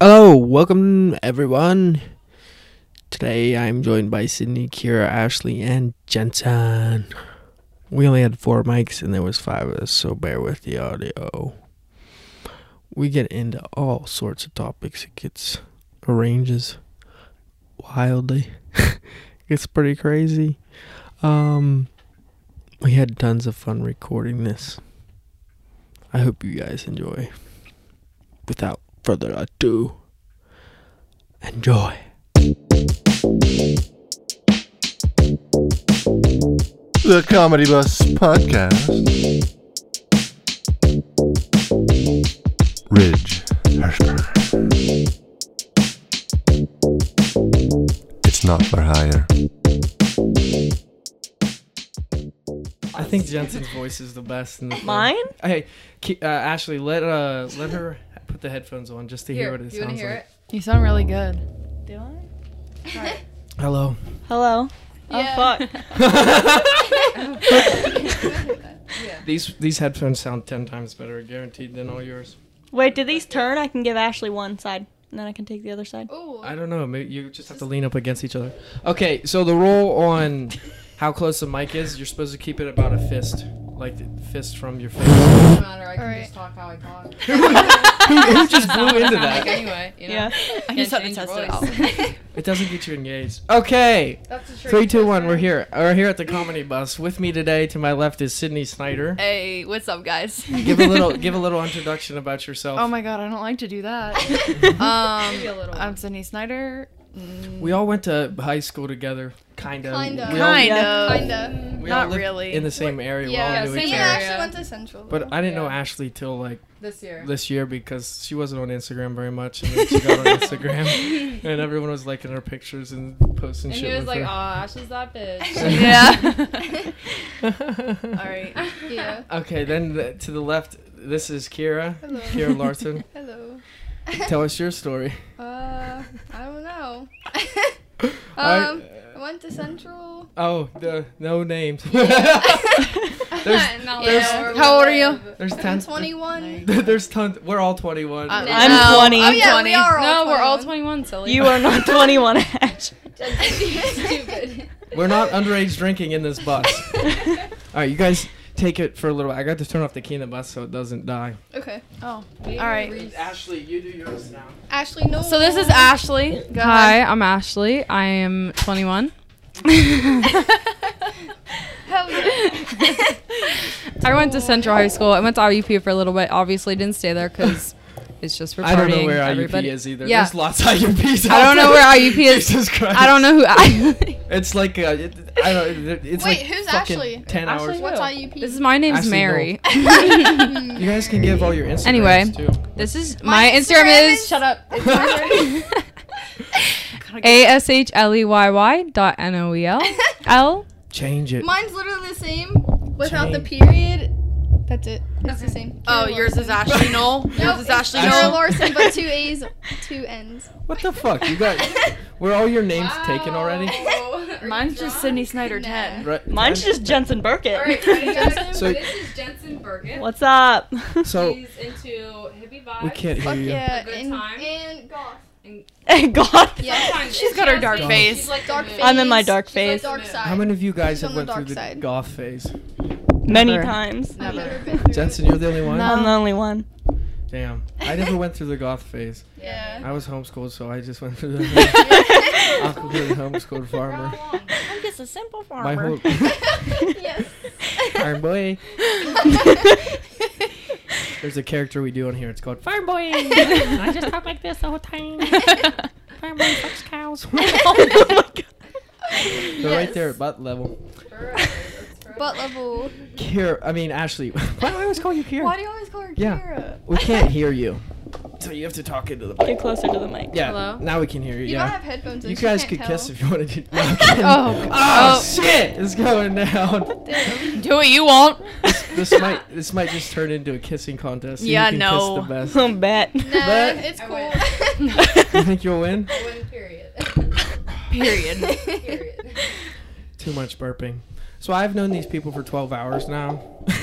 Hello, welcome everyone. Today I'm joined by Sydney, Kira, Ashley, and Jensen. We only had four mics and there was five of us, so bear with the audio. We get into all sorts of topics. It gets it ranges wildly. it gets pretty crazy. Um we had tons of fun recording this. I hope you guys enjoy. Without further ado, enjoy. The Comedy Bus Podcast. Ridge Hirschberg. It's not for hire. I think Jensen's voice is the best in the thing. Mine? Hey, Ki- uh, Ashley, let uh, let her put the headphones on just to hear what it you wanna sounds hear like. You sound really good. Do I? Hello. Hello. Yeah. Oh fuck. These these headphones sound ten times better, guaranteed, than all yours. Wait, do these turn? I can give Ashley one side, and then I can take the other side. Ooh. I don't know. Maybe you just have to lean up against each other. Okay, so the rule on how close the mic is, you're supposed to keep it about a fist, like the fist from your face. doesn't matter. I can Alright. just talk how I talk. Who just blew into Like that? anyway, you know. Yeah. I just had to test it It doesn't get you engaged. Okay. That's the truth. Three, two, one. We're here. We're here at the comedy bus. With me today, to my left is Sydney Snyder. Hey, what's up, guys? Give a little, give a little introduction about yourself. Oh my god, I don't like to do that. Maybe a Um, little I'm Sydney Snyder. we all went to high school together, kind of. Kinda. We all, Kind yeah. of. Kinda. we all Not lived really. In the same area. Yeah, we all knew same each We other. area. actually went to Central. But I didn't know Yeah. Ashley till like This year. this year because she wasn't on Instagram very much, and then she got on Instagram, and everyone was liking her pictures and posting And shit he was with like, "Oh, her. Ashley's that bitch." yeah. All right. yeah. okay, then th- to the left, this is Kira. Hello. Kira Larson, Hello. tell us your story. Uh, I don't know. I- um, I went to Central. Oh, the no names. No, there's- no, we're- How old are you? there's I'm tons. 21. There's tons. We're all 21. I'm- Uh, We're- I'm No. 20. Oh yeah, we are all No, we're all 21, 21. silly. You are not 21, Ash. Stupid. We're not underage drinking in this bus. all right, you guys take it for a little. I got to turn off the key in the bus so it doesn't die. Okay. Oh, Maybe all right. we- Ashley, you do yours now. Ashley, no. So this is Ashley. Hi, I'm Ashley. I am 21. Hell yeah. I went to Central High School. I went to IUP for a little bit. Obviously, didn't stay there because it's just for partying. I don't know where everybody. IUP is either. Yeah. There's lots of IUPs. I don't know where IUP is. Jesus Christ. I don't know who. I- It's like uh, it, I don't. It's Wait, like who's fucking Ashley? Ten Ashley hours. What's E Ew. IUP? this is my name's Ashley Mary. You guys can give all your Instagrams Anyway. too. This is My my, Instagram, Instagram is, is- shut up. A S H L E Y Y dot N O E L L. Change it. Mine's literally the same without the Change. period. That's it. It's the same. Oh, Kira yours is Larson. Ashley Knoll. No, Yours is it's Ashley Ashley- Kira Knoll. Larson, but two A's, two N's. What the fuck? You got? Were all your names taken already? Mine's just Sydney Snyder Nah. 10. Right. Mine's just Jensen Burkett. So- this is Jensen Bergen. What's up? So She's into hippie vibes. we can't hear Fuck you. yeah. A good and, time. and goth. Hey, God. Yeah. She's got her dark face. Like Dark the face. moon. I'm in my dark She's like phase. dark side. How many of you guys She's have on the went through dark the side. goth phase? Many Never. times. I've Never. never been through Jensen, you're the only one. No. I'm the only one. Damn, I never went through the goth phase. it. Yeah. I was homeschooled, so I just went through the awkward homeschooled farmer. I'm just a simple My farmer. whole yes. farm boy. There's a character we do on here. It's called Farm Boy. I just talk like this the whole time. Farm Boy fucks cows. oh my God. They're right there at butt level. Butt level. Here, I mean Ashley. Why do I always call you here? Why do you always call her Yeah. Kira? We can't hear you, so you have to talk into the mic. Get closer to the mic. Yeah. Hello? Now we can hear you. You yeah. gotta have headphones. in, you she guys can't could tell. kiss if you wanted to. No, I'm kidding. Oh, Oh, Oh. shit! It's going down. do what you want. This might this might just turn into a kissing contest. See who Yeah, can no. Kiss the best. I'm bad. Nah, But- it's I cool. You think you'll win? One period. Period. period. Too much burping. So I've known these people for 12 hours now.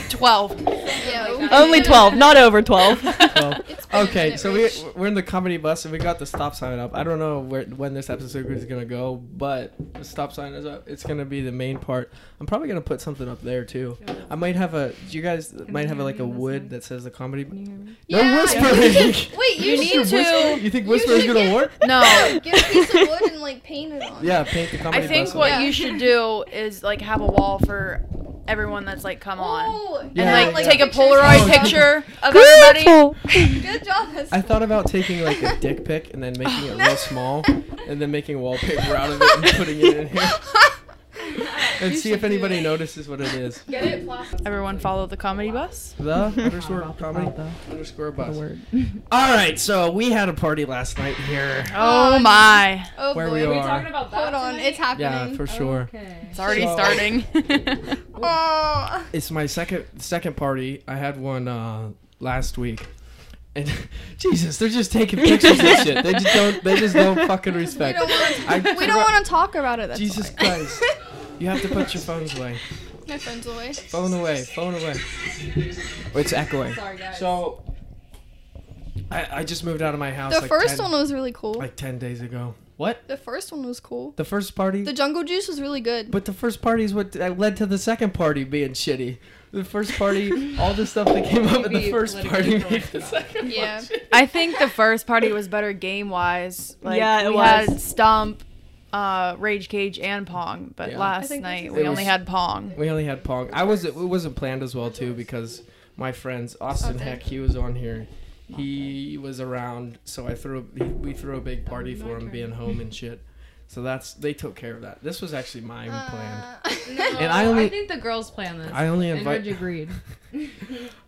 Twelve. Yo. Only 12, not over 12. Well, It's been a okay, minute, so we Rich. we're in the comedy bus and we got the stop sign up. I don't know where when this episode is gonna go, but the stop sign is up. It's gonna be the main part. I'm probably gonna put something up there too. I might have a. You guys might have like a wood that says the comedy. bu- Yeah. No whispering. Wait, you, You need should whisper- to. You think You whispering's should gonna get- work? No. Get a piece of wood and like paint it on. Yeah, paint the comedy I think bus. what on. Yeah. you should do is like have a wall for everyone that's like come on. Oh, Yeah, and like yeah, take a pictures Oh, Polaroid picture and stuff. of everybody. Good job. That's I thought about taking like a dick pic and then making it real small, and then making wallpaper out of it and putting it in here, and see if anybody notices what it is. Get it plastic. Everyone follow the comedy bus. The underscore comedy underscore bus. All right, so we had a party last night here. Oh my. Oh Where boy. we are. Hold on, it's Yeah, happening. for sure. It's already So- starting. oh. It's my second second party. I had one uh, last week, and Jesus, they're just taking pictures and shit. They just don't. They just don't fucking We respect. don't I want to. We forgot- don't want to talk about it. That's Jesus why. Christ. You have to put your phones away. My phone's away. Phone away. Phone away. Oh, it's echoing. Sorry, guys. So, I, I just moved out of my house. The like first 10 one was really cool. like ten days ago. What? the first one was cool. The first party. The jungle juice was really good. But the first party is what that led to the second party being shitty. The first party, all the stuff that came up in the first party made the second yeah. I think the first party was better game wise. Like, Yeah, it we was. had Stump, uh, Rage Cage, and Pong. But Yeah. I last think this night is- we It only was- had Pong. We only had Pong. I was it wasn't planned as well too because my friends Austin Heck he was on here. He was around, so I threw a- we threw a big party for him being home and shit. So that's they took care of that. This was actually my Uh, plan. And I only- Uh, I think the girls plan this. I only and invite Reggie agreed.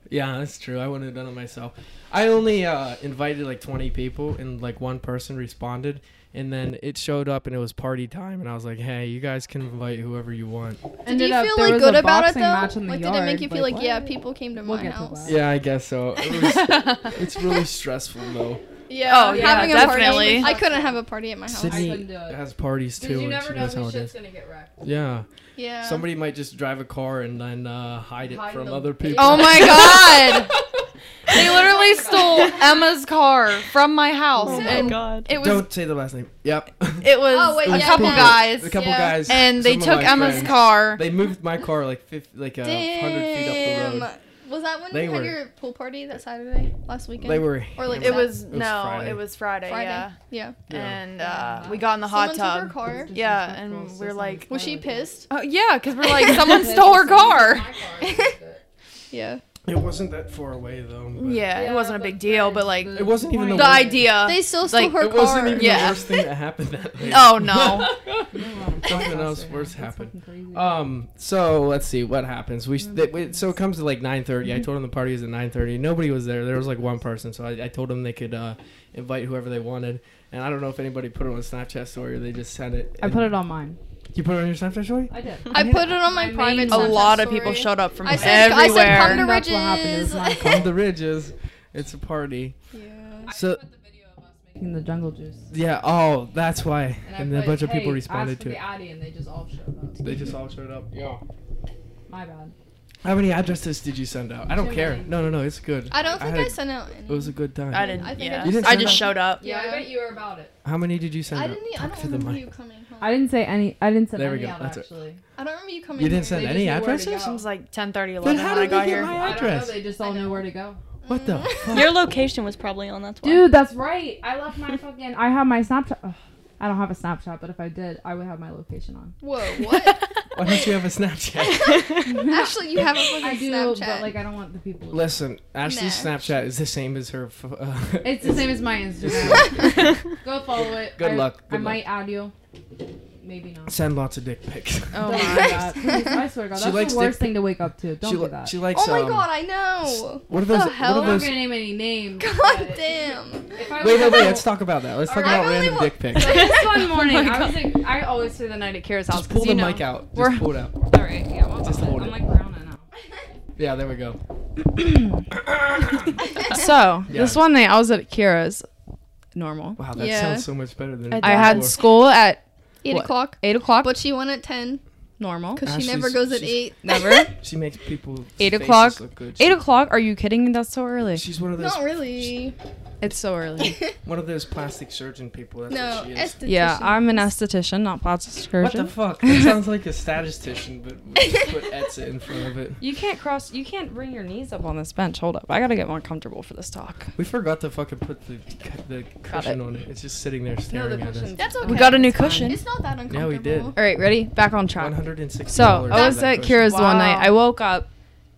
Yeah, that's true. I wouldn't have done it myself. I only uh, invited like 20 people, and like one person responded, and then it showed up, and it was party time, and I was like, "Hey, you guys can invite whoever you want." Did you feel like good about it though? Like, did it make you feel like, yeah, people came to We'll my get to house? that. Yeah, I guess so. It was, it's really stressful though. Yeah. Oh, yeah, having A definitely. party. I couldn't have a party at my house. Sydney couldn't do it. has parties too, you and she never know knows how whose it shit's is. gonna get wrecked. Yeah, Yeah. somebody might just drive a car and then uh, hide it Hide from them. other people. Oh my god! they literally stole Emma's car from my house, Oh my and god. it was Don't say the last name. Yep. it was Oh, wait, a yeah, couple yeah. guys, a couple Yeah. guys, and they some of took my Emma's friends. car. They moved my car like 50, like a hundred feet up the road. Damn. Um, Was that when They you were- had your pool party that Saturday last weekend? They were. Or like it that was was no, Friday. it was Friday, Friday. yeah. Yeah. And uh, we got in the hot Someone took tub. her car. Yeah, and we're like, Was she pissed? oh, yeah, because we're like, someone stole her car. Yeah. It wasn't that far away though. but- Yeah, it wasn't a big deal, but like It wasn't even the, the worst- idea. They still stole Like, her It car. wasn't even Yeah. the worst thing that happened that day. Oh no! Something else worse happened. Uh, Um, so let's see what happens. We, s- they, we so it comes to like 9:30. I Mm-hmm. told them the party was at 9:30. Nobody was there. There was like one person. So I, I told them they could uh, invite whoever they wanted. And I don't know if anybody put it on a Snapchat story or they just sent it. I put it on mine. You put it on your Snapchat story? I did. I put it on my I private. mean- a Snapchat lot of people showed. showed up from I said- I said, everywhere. "Come to That's what happened. It was Ridges. my On the ridges, it's a party. Yeah. So Making the jungle juice. yeah. Oh, that's why. And, I And, then a put, bunch of "Hey, people ask responded for to the it. Addy," and they just all showed up. They just all showed up. Yeah. My bad. How many addresses did you send out? I don't Too care. many. No, no, no. It's good. I don't think I, had a- sent out any. It was a good time. I didn't. I think I yeah, just- You didn't I send just up? showed up. Yeah, I bet you were about it. How many did you send I out? didn't. e- I Talk don't to the remember mic. you coming home. I didn't say any. I didn't send There we any go, out that's it. actually. I don't remember you coming. You didn't home. send They any just knew where to addresses? go. It was like 10, 30, Then 11 how when I did they got get here. my address? They just all knew where to go. What Mm-hmm. the fuck? Your location was probably on, that's why. Dude, that's right. I left my fucking. I have my Snapchat. Ugh, I don't have a Snapchat, but if I did, I would have my location on. Whoa, what? Why don't you have a Snapchat? Actually, you have a fucking I do, Snapchat. but like I don't want the people. To Listen, Ashley's Nah. Snapchat is the same as her. f- Uh, It's the same as my Instagram. go follow it. Good I, luck, I good might add you. Maybe not. Send lots of dick pics. Oh Don't do my. that. Please, I swear to God, She that's likes the worst dick- thing to wake up to. Don't she, do li- that. she likes. oh my um, god, I know. What are those? the hell? What I'm are not those? gonna name any names. God damn. If I Wait, was no, to- wait. Let's talk about that. Let's talk Alright. about I really random dick want- pics. So this one morning, I was like, I always stay the night at Kira's Oh house. Just 'cause pull you the know, mic out. we're- Just pull it out. All right, yeah, well, Just I'm hold it. like Brianna now. Yeah, there we go. So Yeah. this one night I was at Kira's, normal. Wow, that Yeah. sounds so much better than I I had before. school at Eight What? o'clock. eight o'clock. But she went at ten. normal. Because she Ashley's- never goes at she's- eight. Never. She makes people Eight faces o'clock- Look good. Eight o'clock? Are you kidding me? That's so early. She's one of those Not really. It's so early. one of those plastic surgeon people. That's no, what she is. esthetician. yeah, I'm an esthetician, not plastic surgeon. What the fuck? That sounds like a statistician, but put Etza in front of it. You can't cross. You can't bring your knees up on this bench. Hold up. I gotta get more comfortable for this talk. We forgot to fucking put the the cushion on it. It's just sitting there staring at us. That's okay. We got a new It's fine. cushion. It's not that uncomfortable. Yeah, we did. All right, ready? Back on track. One hundred and sixty. So I was at Kira's one night. Wow. I woke up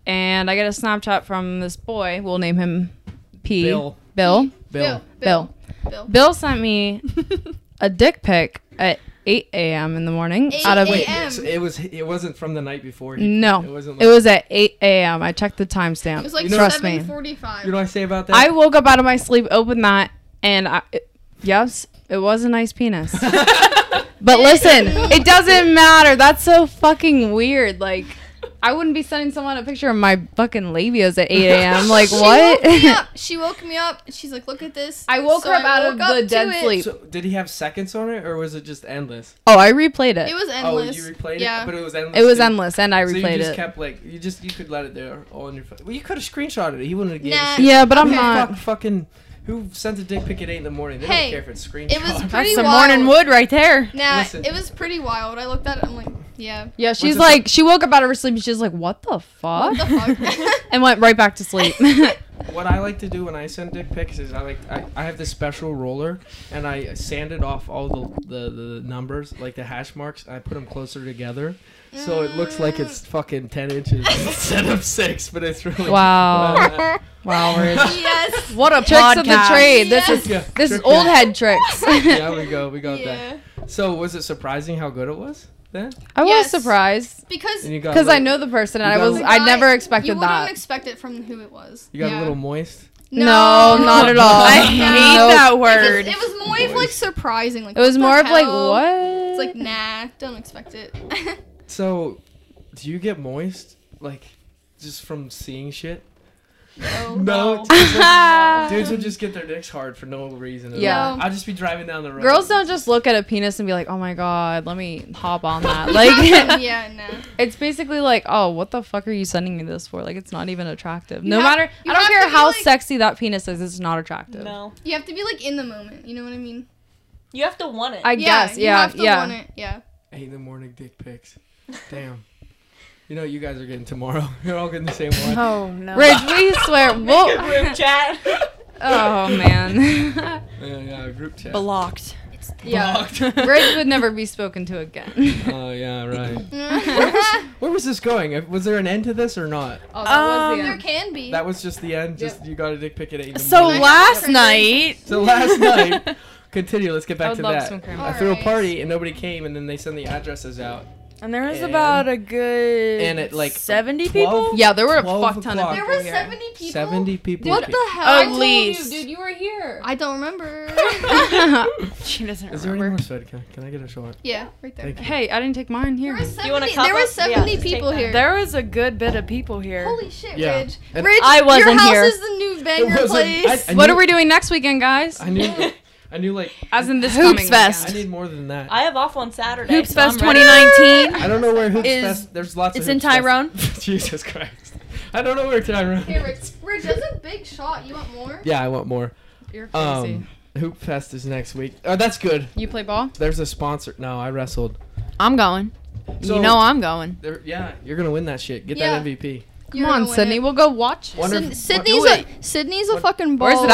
and I get a Snapchat from this boy. We'll name him P. Bill. Bill. Bill. Bill. Bill. Bill sent me a dick pic at 8 a.m. in the morning. 8 Out of Wait, AM. so it was it wasn't from the night before. no, it wasn't. it was at 8 a.m. I checked the It timestamp. was like You know- Trust me. 7:45. You know what I say about that? I woke up out of my sleep, opened that, and I, it- yes, it was a nice penis. but listen, it doesn't matter. That's so fucking weird. Like, I wouldn't be sending someone a picture of my fucking labias at 8 a.m. Like, She woke me what? up. She woke me up. She's like, "Look at this." I woke So her up out of woke up the to dead it. sleep. So did he have seconds on it, or was it just endless? oh, I replayed it. It It was, was endless. Oh, you replayed yeah. it, but it was endless. too? endless, and I so you replayed just it. kept like you just you could let it there all on your phone. Well, you could have screenshotted it. He wouldn't have given. Nah. a shit. yeah, but I'm Who the not. Fuck, fucking who sends a dick pic at eight in the morning? They Hey, don't care if it's screenshot. it was That's pretty some wild. morning wood right there. Nah, Listen. it was pretty wild. I looked at it. I'm like, yeah. Yeah, she's it- like, she woke up out of her sleep, and she's like, what the fuck? What the fuck? and went right back to sleep. What I like to do when I send dick pics is I like I, I have this special roller and I sanded off all the, the the numbers like the hash marks. I put them closer together, so it looks like it's Mm. fucking ten inches instead of six, but it's really Wow. wow, Rich. yes. What a tricks of the podcast. trade. This Yes. is Yeah, this is trick old day. head tricks. Yeah, we go, we got Yeah. that. So was it surprising how good it was then? I was Yes. surprised Because And you got because a I little- know the person and You I got a was little- I Guy, never you expected wouldn't that. expect it from who it was. You got Yeah. a little moist. no, not at all. I hate No. that It was- word. It was, more of like surprising. Like It was what more the of like hell? what? It's like nah, don't expect it. So, do you get moist like just from seeing shit? Oh, no. dudes will- dudes will just get their dicks hard for no reason. at all. Yeah. I'll just be driving down the road. Girls don't just look at a penis and be like, "Oh my god, let me hop on that." Like, yeah, no. it's basically like, "Oh, what the fuck are you sending me this for?" Like, it's not even attractive. No have- matter, you I don't have to care be how like- sexy that penis is, it's not attractive. No. You have to be like in the moment. You know what I mean? You have to want it. I guess, yeah, you have to yeah. Want it. Yeah. Eight in the morning dick pics. Damn. You know what you guys are getting tomorrow. You're all getting the same one. Oh no. Ridge, we swear, we'll, Group chat. oh man, Yeah, yeah, group chat. Blocked. yeah. Blocked. Oh Ridge would never be spoken to again. yeah, right. there Where was this going? Was there an end to this or not? Oh, was the end. can be. That was just the end. Just you got a dick pic at eight. In the So morning. last night, So last night. Continue. Let's get I back would to love that. some cream. I threw a Alright. party and nobody came, and then they send the addresses out. and there was And- about a good and at, like, seventy 12? people. Yeah, there were a 12 fuck ton o'clock. of people there were here. 70 people. Seventy people. What came. the hell? At I told least. you, dude. you were here. I don't remember. She doesn't Is there any remember. more soda? Can, can I get a shot? yeah, right there. Thank you. hey, I didn't take mine There here. was You wanna 70, cup there were up? Yeah, 70 just take people that. here. There was a good bit of people here. Holy shit, Yeah. Ridge. And Ridge, I your wasn't house here. is the new banger wasn't- I- place. I what knew- are we doing next weekend, guys? I knew. I knew like As in this Hoops coming Fest. I need more than that. I, I have off on Saturday. Hoops so I'm Fest ready. 2019. don't know where Hoops Is- Fest. There's lots. It's of in Hoops Fest. Tyrone. Jesus Christ! I don't know where Here, Tyrone. Ridge. Ridge, that's a big shot. You want more? Yeah, I want more. You're crazy. Um, Hoop Fest is next week. Oh, that's good. you play ball? There's a sponsor. No, I wrestled. I'm going. So- you know I'm going. There, yeah, you're gonna win that shit. Get Yeah. that MVP. You're Come on, gonna win Sydney. it. We'll go watch. it. Wonder Syd- if- Sydney's Oh, wait, a Sydney's a What- fucking baller. Where's it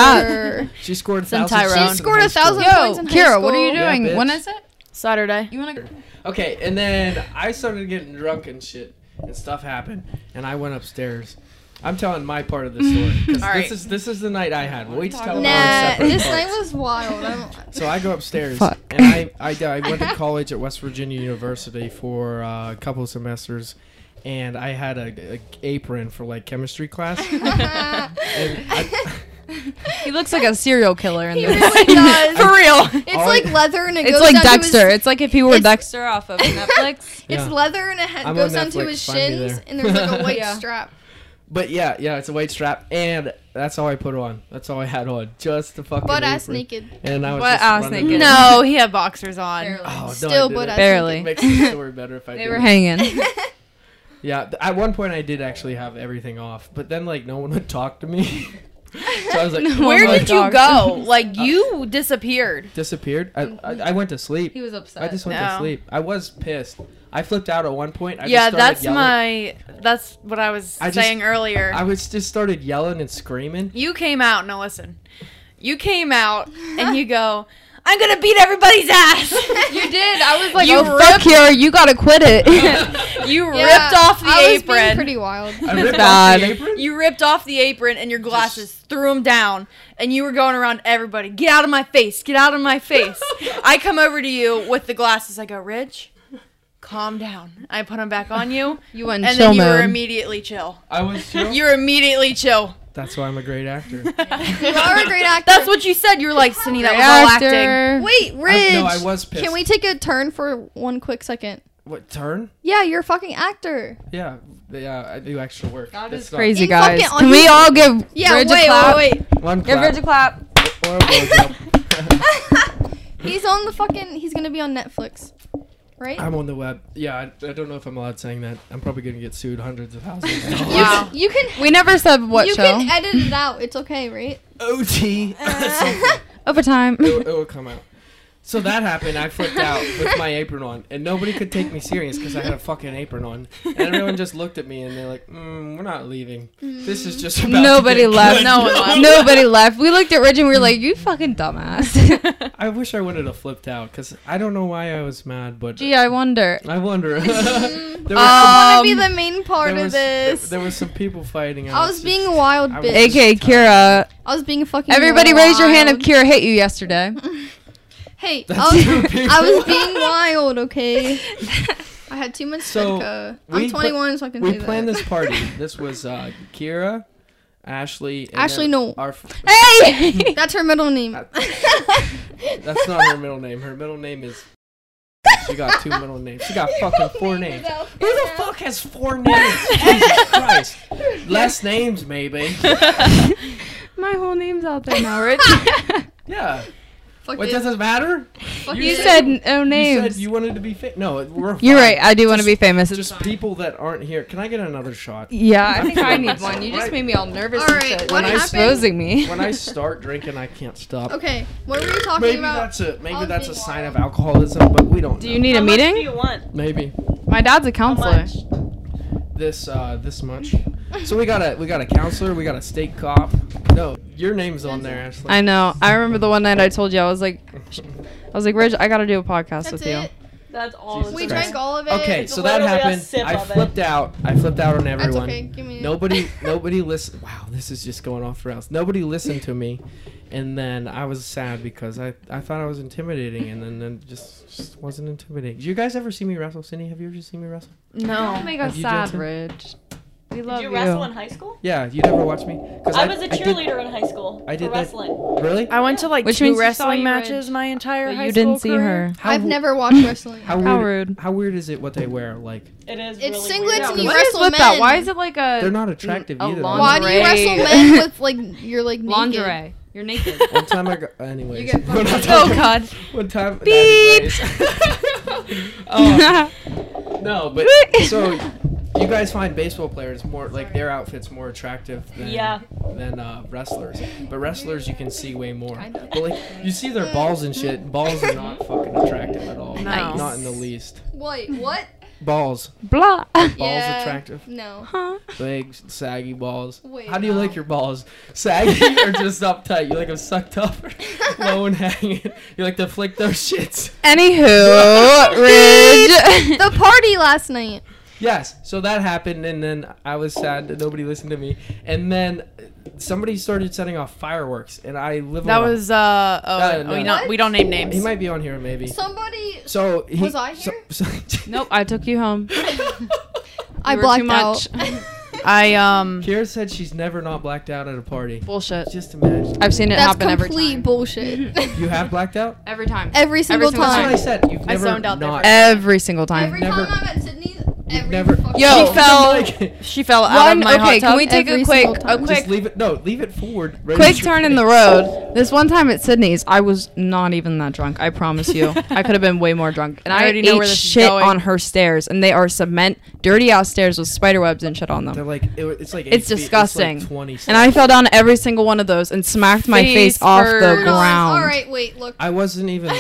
at? she scored a in thousand. Tyrone. points She in scored a high school. thousand- Yo, points in high Kira, what are you school. doing? Yeah, bitch. when is it? Saturday. You wanna? Okay, and then I started getting drunk and shit, and stuff happened, and I went upstairs. I'm telling my part of the story. 'cause this right. is this is the night I had. We'll each tell our Nah, separate this parts. night was wild. I don't, So I go upstairs, Fuck. and I, I, I went to college at West Virginia University for uh, a couple of semesters, and I had a, a apron for like chemistry class. and I, He looks like a serial killer in he this. really does. For real. It's like leather and it It's goes like down to Dexter. His, it's like if he were it's- Dexter off of Netflix. it's Yeah. leather and it ha- I'm goes on down to Netflix, his find me shins, there. and there's like a white Yeah. strap. but yeah, yeah, it's a white strap, and That's all I put on. That's all I had on. Just the fucking. Butt ass apron. naked. And I was Butt just ass running naked. around. No, Oh, he had boxers on. Barely. Oh, no, I Still didn't. butt ass Barely. It makes the story better if I They did. were hanging. Yeah, th- at one point I did actually have everything off, but then like no one would talk to me. so I was like, Where "Oh, I did you talked." go? Like Uh, you disappeared. Disappeared. I, I Mm-hmm. I went to sleep. was upset. I just went to No. sleep. I was pissed. I flipped out at one point. I yeah, just started that's yelling. my. That's what I was I just- saying earlier. I was just started yelling and screaming. you came out. No, listen. You came out and you go. I'm gonna beat everybody's ass. You did. I was like, You you ripped- oh, fuck here. You gotta quit it. you ripped Yeah, off the I was being apron. pretty wild. I ripped off bad. the apron. You ripped off the apron and your glasses, threw them down, and you were going around everybody. Get out of my face! Get out of my face! I come over to you with the glasses. I go, Ridge, calm down. I put them back on you, you went and chill then you mode. were immediately chill. I was. Chill. You were immediately chill. That's why I'm a great actor. You are a great actor. That's what you said. You were like, Cindy, that was all acting. Actor. Wait, Ridge. I, no, I was pissed. Can we take a turn for one quick second? What turn? Yeah, you're a fucking actor. Yeah, yeah. I do extra work. That That's is not- crazy, In guys. fucking- on Can we YouTube. all give Yeah, Ridge a wait, clap? wait, wait. One Give clap. Ridge a clap. or a blowjob. He's on the fucking. He's gonna be on Netflix, right? I'm on the web. Yeah, I, I don't know if I'm allowed saying that. I'm probably gonna get sued hundreds of thousands. of dollars. Wow. You can. We never said what you show. can edit it out. It's okay, right? OT. Overtime. it, will come out. So that happened. I flipped out with my apron on, and nobody could take me serious because I had a fucking apron on, and everyone just looked at me and they're like, mm, "We're not leaving. This is just Mm, about to Nobody get left. good." No one left. Nobody left. We looked at Ridge and we were like, "You fucking dumbass." I wish I wouldn't have flipped out because I don't know why I was mad, but Gee, I wonder. I wonder. there was I wanna be Um, the main Mm-hmm. Oh, part there of was, this. There, there was some people fighting. and I was just- being a wild I was- bitch. AK Kira. I was being a fucking. Everybody wild. raise your hand if Kira hit you yesterday. Hey, I That's two was, people. I was being wild. Okay. I had too much So, vodka. we I'm pla- 21, so I can We say that. planned this party. This was uh, Kira, Ashley. And Ashley, then no. Our f- Hey! That's her middle name. That's not her middle name. Her middle name is. She got two middle names. She got fucking four names. Who the fuck has four names? Jesus Christ. Less names, maybe. My whole name's out there now, Rich. Yeah. Fuck What it. does it matter? Fuck you it. said no You names. said you wanted to be famous. No, we're. You are fine. right. I do want to Just- be famous. It's Just fine. people that aren't here. Can I get another shot? Yeah, I think I need one. You just made me all nervous. All and right, shit when what happened- exposing me. When I start drinking, I can't stop. Okay, what were we talking Maybe about? that's a maybe all that's a being sign wild. of alcoholism, but we don't. Do know. you need a How much do meeting? you want? Maybe My dad's a How counselor. much? this uh this much. So we got a we got a counselor. We got a state cop. No, your name's on there, Ashley. I know. I remember the one night I told you I was like, I was like, Reg, I gotta do a podcast That's with you. it. That's all. Jesus We Christ. drank all of it. Okay, That's so that Literally a happened. sip I of it. flipped out. I flipped out on everyone. okay. Give me Nobody, nobody listened. Wow, this is just going off the rails. Nobody listened to me, and then I was sad because I, I thought I was intimidating, and then, then just, just wasn't intimidating. Did you guys ever see me wrestle, Cindy? Have you ever seen me wrestle? Don't No. make us us You sad, sad, Jensen? Rich. We love Did you. you wrestle in high school? Yeah, you never watched me. 'Cause I was a a cheerleader in high school. I did for that- wrestling. really? I went to like Which means two you saw wrestling you, matches Reg, my entire high you school didn't see career. her. How I've w- never watched wrestling. How weird, How rude. how weird is it what they wear? Like It is. It's really singlets weird. and you What What is wrestle with men. that? Why is it like a? They're not attractive a either. though. lingerie. Why do you wrestle Lingerie. men with like you're like naked? lingerie. You're naked. One time I got. Anyways. get We're not oh talking- God. One time. Beep. anyways. Oh, No, but so you guys find baseball players more like their outfits more attractive than Yeah. than uh, wrestlers. But wrestlers you can see way more. I know. But like you see their balls and shit. Balls are not fucking attractive at all. Nice. Not in the least. Wait, what? Balls. Blah. Balls Yeah. attractive. No. Big saggy balls. Wait, How do you like no. your balls? Saggy or just up tight? You like them sucked up or low and hanging? You like to flick those shits? Anywho, Ridge. the party last night. Yes, so that happened, and then I was sad that nobody listened to me. And then somebody started setting off fireworks, and I live. That on a- was uh oh, No, oh, no. we not we don't name he names. might be on here, maybe. So, Somebody. he, Was I so- here? so- nope, I took you home. I You were blacked too out. much. I um Kira said she's never not blacked out at a party. Bullshit. Just imagine. I've seen it That's happen every complete time. bullshit. You have blacked out. every time. every single single That's what time. I said. You've I never zoned out there not. for- Every single time. Every Never- time I'm at Sydney's, You've never. Yo. She fell- Like, She fell out One, of my okay, hot tub. can we take a every quick, single a time. quick, Just leave it. No, leave it forward. Raise quick your turn in the hand. Oh. road? This one time at Sydney's, I was not even that drunk. I promise you, I could have been way more drunk. And I I, already already know ate where this is shit going. on her stairs, and they are cement, dirty ass stairs with spider webs and shit on them. They're like, it, it's like. It's eight feet, disgusting. It's like 20 And I steps. fell down every single one of those and smacked my Face face, off the first. ground. All right, wait, look. I wasn't even.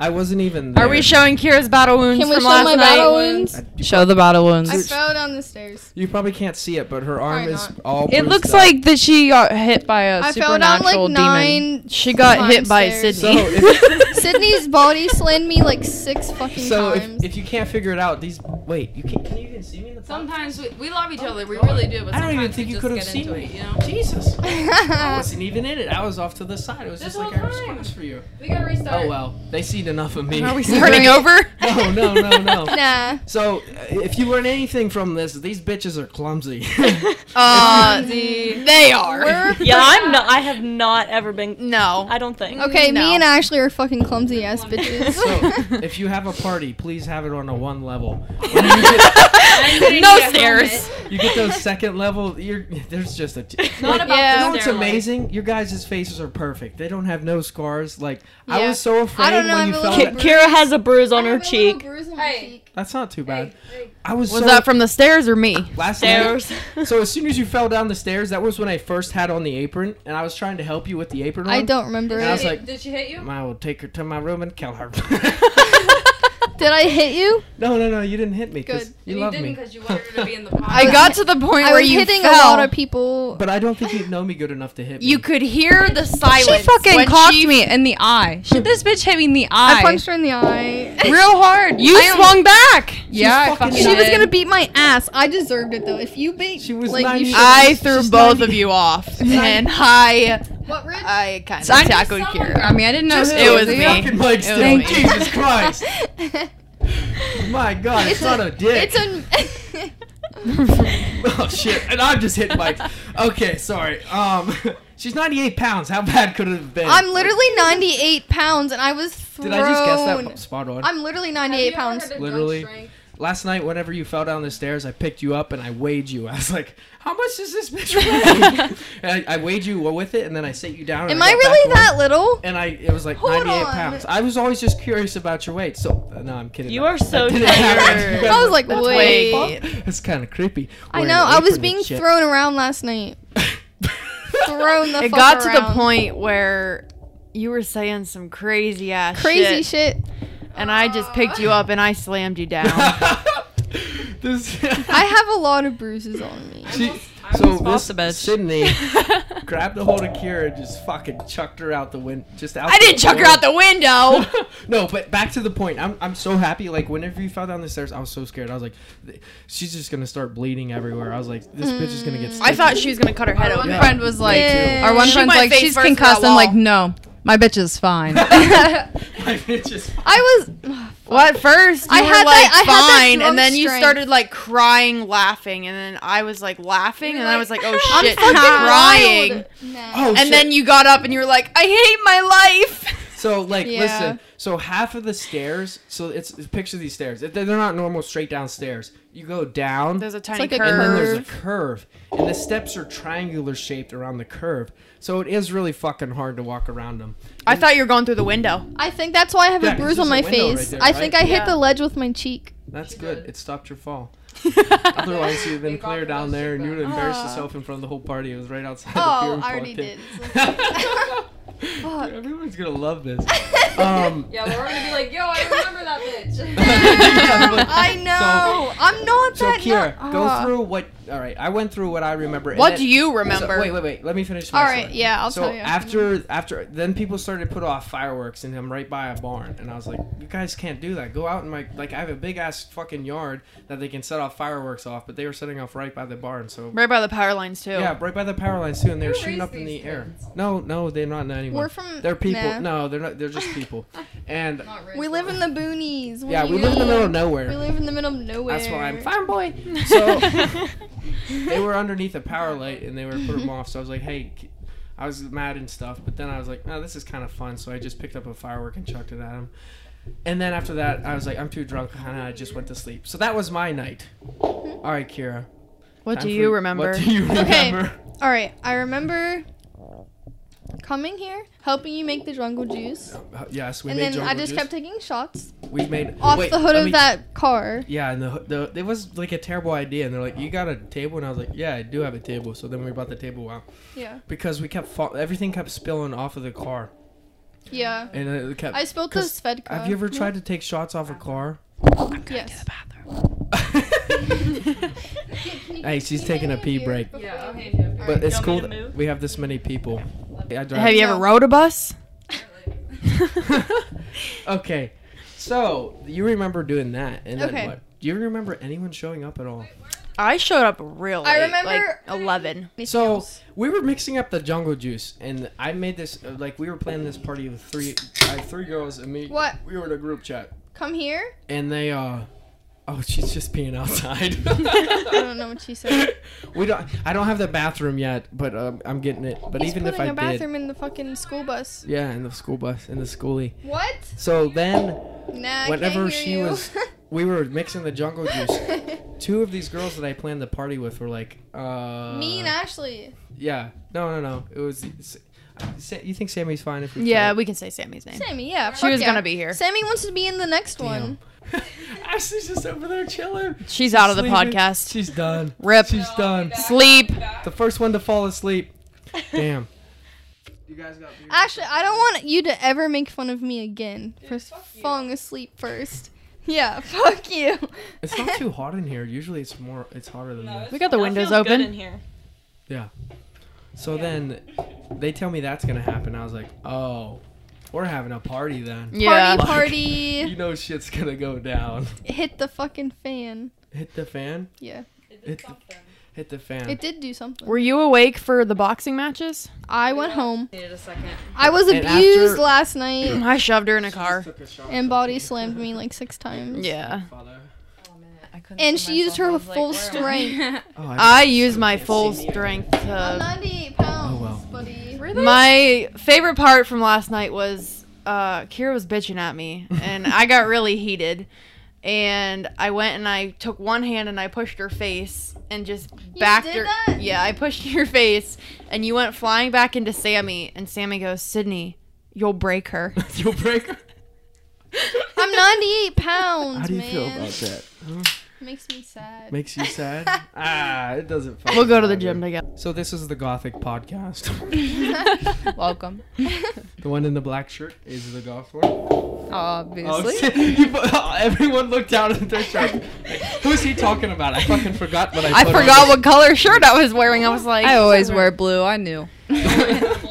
I wasn't even. There. Are we showing Kira's battle wounds Can we from show last my night? battle wounds? I- you, Show the bottle wounds. I fell down the stairs. you probably can't see it, but her arm Probably is not. all. It bruised looks up. like that she got hit by a I fell down supernatural demon. like nine. She got hit times by stairs. So, Sydney. if, Sydney's body slammed me like six fucking so times. if, if you can't figure it out, these wait, you can, can you even see me in the top? Sometimes we, we love each Oh other. We God. really do. But I don't even sometimes think we you just could have get seen into me. It, you know? Jesus, I wasn't even in it. I was off to the side. It was This just like whole I was time. for you. We gotta restart. Oh well, they seen enough of me. Are we starting over? no, no, no, no. nah. So, uh, if you learn anything from this, these bitches are clumsy. Uh, they are. We're Yeah, I'm not. I have not ever been. No. I don't think. okay. No. Me and Ashley are fucking clumsy ass bitches. so, if you have a party, please have it on a one level. When you get, No stairs. you get those second level, you're there's just a. T- Not about yeah. You know the what's stairway. amazing? Your guys' faces are perfect. They don't have no scars. Like I Yeah. was so afraid I don't know, when I'm you a fell. little down- bit- Kira has a bruise on I her have a little cheek. bruise on my Hey. cheek. That's not too bad. I was, Was so that from the stairs or me? last night. Stairs. So as soon as you fell down the stairs, that was when I first had on the apron, and I was trying to help you with the apron. I on. don't remember. And I It. was like, Did she hit you? I will take her to my room and kill her. Did I hit you? no, no, no, you didn't hit me. 'cause Good. You, love didn't me. because you wanted her to be in the pod. I got to the point I where was you hitting fell. a lot of people. But I don't think you'd know me good enough to hit me. You could hear the silence. She fucking when cocked she- me in the eye. She- this bitch hit me in the I, eye. punched her in the eye. real hard. You I am- swung back. Yeah, I fucking fucking She was did. gonna beat my ass. I deserved it though. If you beat, She was like, nine you years- should- I She's threw not both even- of you off, and I, What Rich? I kind of I knew tackled someone- Kira. I mean, I didn't know Just- who it was me. you. fucking Mike It was Stone. me. Jesus Christ. My God, it's, It's not a- a dick. it's an. oh shit! And I just hit Mike. Okay, sorry. Um, she's 98 pounds. How bad could it have been? I'm literally 98 pounds, and I was thrown. Did I just guess that spot on? I'm literally 98 pounds. Literally. Last night, whenever you fell down the stairs, I picked you up and I weighed you. I was like, "How much does this bitch weigh?" and I, I weighed you with it, and then I sat you down. and Am I got back to really work. that little? and I it was like Hold 98 on. pounds. I was always just curious about your weight. So uh, no, I'm kidding. You are so That didn't happen. tired. You guys I was were- like, that's wait. what the fuck? That's kind of creepy. I Wearing know. an I was apron being and shit. thrown around last night. Thrown the It fuck got to the around. point where you were saying some crazy ass Crazy shit, shit. and I just picked you up and I slammed you down. this, I have a lot of bruises on me. she, so this Sydney grabbed a hold of Kira and just fucking chucked her out the wind. Just out. I didn't chuck her out the window. no, but back to the point. I'm, I'm so happy. Like whenever you fell down the stairs, I was so scared. I was like, "Th- she's just gonna start bleeding everywhere. I was like, this bitch is gonna get. Mm. I sticky. thought she was gonna cut her head Our one open. Yeah. friend was like, Yeah. our one She friend's went like, face she's first through concussed. that I'm like, wall. no, my bitch is fine. my bitch is I was. What first? You I were had that- like I had that fine, drunk and then you strength. started like crying, laughing, and then I was like laughing, and I was like, oh I'm shit, fucking crying. wild. Nah. Oh, And shit. then you got up and you were like, I hate my life. So like, Yeah. listen. So half of the stairs. So it's picture these stairs. They're they're not normal straight down stairs. You go down, There's a tiny like a and then there's a curve. curve, and the steps are triangular shaped around the curve. So it is really fucking hard to walk around them. I thought you were going through the window. I think that's why I have Yeah, a 'cause bruise there's on a my window right face. there, I right? think I Yeah. hit the ledge with my cheek. That's good. It stopped your fall. Otherwise, you'd been clear down there, and you would embarrass yourself in front of the whole party. It was right outside the beer Ah. Oh, and I already podcast. did. Fuck. Everyone's gonna love this. Um, yeah, we're gonna be like, yo, I remember that bitch. I know. I'm not so that. Kira, nu- go Ah. through what. All right, I went through what I remember. and What then- do you So- remember? wait, wait, wait. Let me finish. My All story. right, yeah, I'll so tell you. after after then people started to put off fireworks and I'm right by a barn and I was like, you guys can't do that. Go out in my like I have a big ass fucking yard that they can set off fireworks off, but they were setting off right by the barn. So Right by the power lines too. yeah, right by the power lines too, and they're shooting raised up in the these air. No, no, they're not anymore. We're from- They're people. nah. No, they're not. They're just people. And we live in the boonies. What yeah, do we you live in the mean? middle of nowhere. We live in the middle of nowhere. That's why I'm farm boy. So they were underneath a power light and they were putting them off. So I was like, hey, k- I was mad and stuff. But then I was like, no, this is kind of fun. So I just picked up a firework and chucked it at him. And then after that, I was like, I'm too drunk, and I just went to sleep. So that was my night. Mm-hmm. All right, Kira. What time do for- you remember? What do you Okay. remember? All right, I remember coming here, helping you make the jungle juice, Uh, Yes, we and made then I jungle just juice. kept taking shots We made off wait, the hood let of me- that car. Yeah, and the, the it was like a terrible idea, and they're like, "You got a table?" And I was like, "Yeah, I do have a table." So then we brought the table out Yeah, because we kept fall- everything kept spilling off of the car, yeah. and it kept. I spilled 'cause- those Fed have you ever tried to take shots off a car? Yes. hey, she's taking a pee break, Yeah, okay. but it's want me cool. to that move? we have this many people. I drive- Have you No. ever rode a bus? okay, so you remember doing that, and then Okay. what? Do you remember anyone showing up at all? I showed up real I late, remember- like 11. So we were mixing up the jungle juice, and I made this uh, like we were planning this party with three, I had three girls and me. What? We were in a group chat, Come here. and they uh, oh, she's just peeing outside. I don't know what she said. we don't. I don't have the bathroom yet, but um, I'm getting it. But He's even if putting I a bathroom did, in the fucking school bus. yeah, in the school bus, in the schoolie. What? So then Nah, I Whenever can't hear she you. was- we were mixing the jungle juice. Two of these girls that I planned the party with were like, uh, Me and Ashley. Yeah, no, no, no. It was. s- Sa- You think Sammy's fine if we? Yeah, try? we can say Sammy's name. Sammy, yeah. She fuck was yeah. gonna be here. Sammy wants to be in the next Damn. one. Ashley's just over there chilling. She's out of the Sleeping. podcast. She's done. Rip. She's done. Sleep. The first one to fall asleep. Damn. You guys got beer? Ashley, I don't want you to ever make fun of me again for s- falling asleep first. Yeah, fuck you. It's not too hot in here. Usually it's more it's hotter than this. We got the Now it windows feels good open. in here. So then they tell me that's gonna happen. I was like, oh, we're having a party then. Yeah. Party, Like- party. You know shit's gonna go down. Hit the fucking fan. Hit the fan. Yeah, Hit the, hit the fan. it did do something. Were you awake for the boxing matches? I went home. Needed a second. I was And abused after- last night, I shoved her in a She car. just took a shot. and body slammed me like six times. Yeah. Father. And she used her full strength. Oh, I, I used my full strength I'm to. 98 pounds, Uh, Oh, well. buddy. My favorite part from last night was uh, Kira was bitching at me, and I got really heated. And I went and I took one hand and I pushed her face and just backed did her. that? Yeah, I pushed your face, and you went flying back into Sammy, and Sammy goes, "Sydney, you'll break her." You'll break her. I'm e- 98 pounds. How do you man. feel about that? Huh? Makes me sad. Makes you sad? ah, it doesn't. We'll go to the fucking gym matter. together. So this is the Gothic podcast. Welcome. the one in the black shirt is the goth one. Oh, Obviously. shit. You put- oh, everyone looked down at their shirt. Like, Who's he talking about? I fucking forgot what I. I put on forgot what color shirt I was wearing. I was like, I always wear blue. I knew.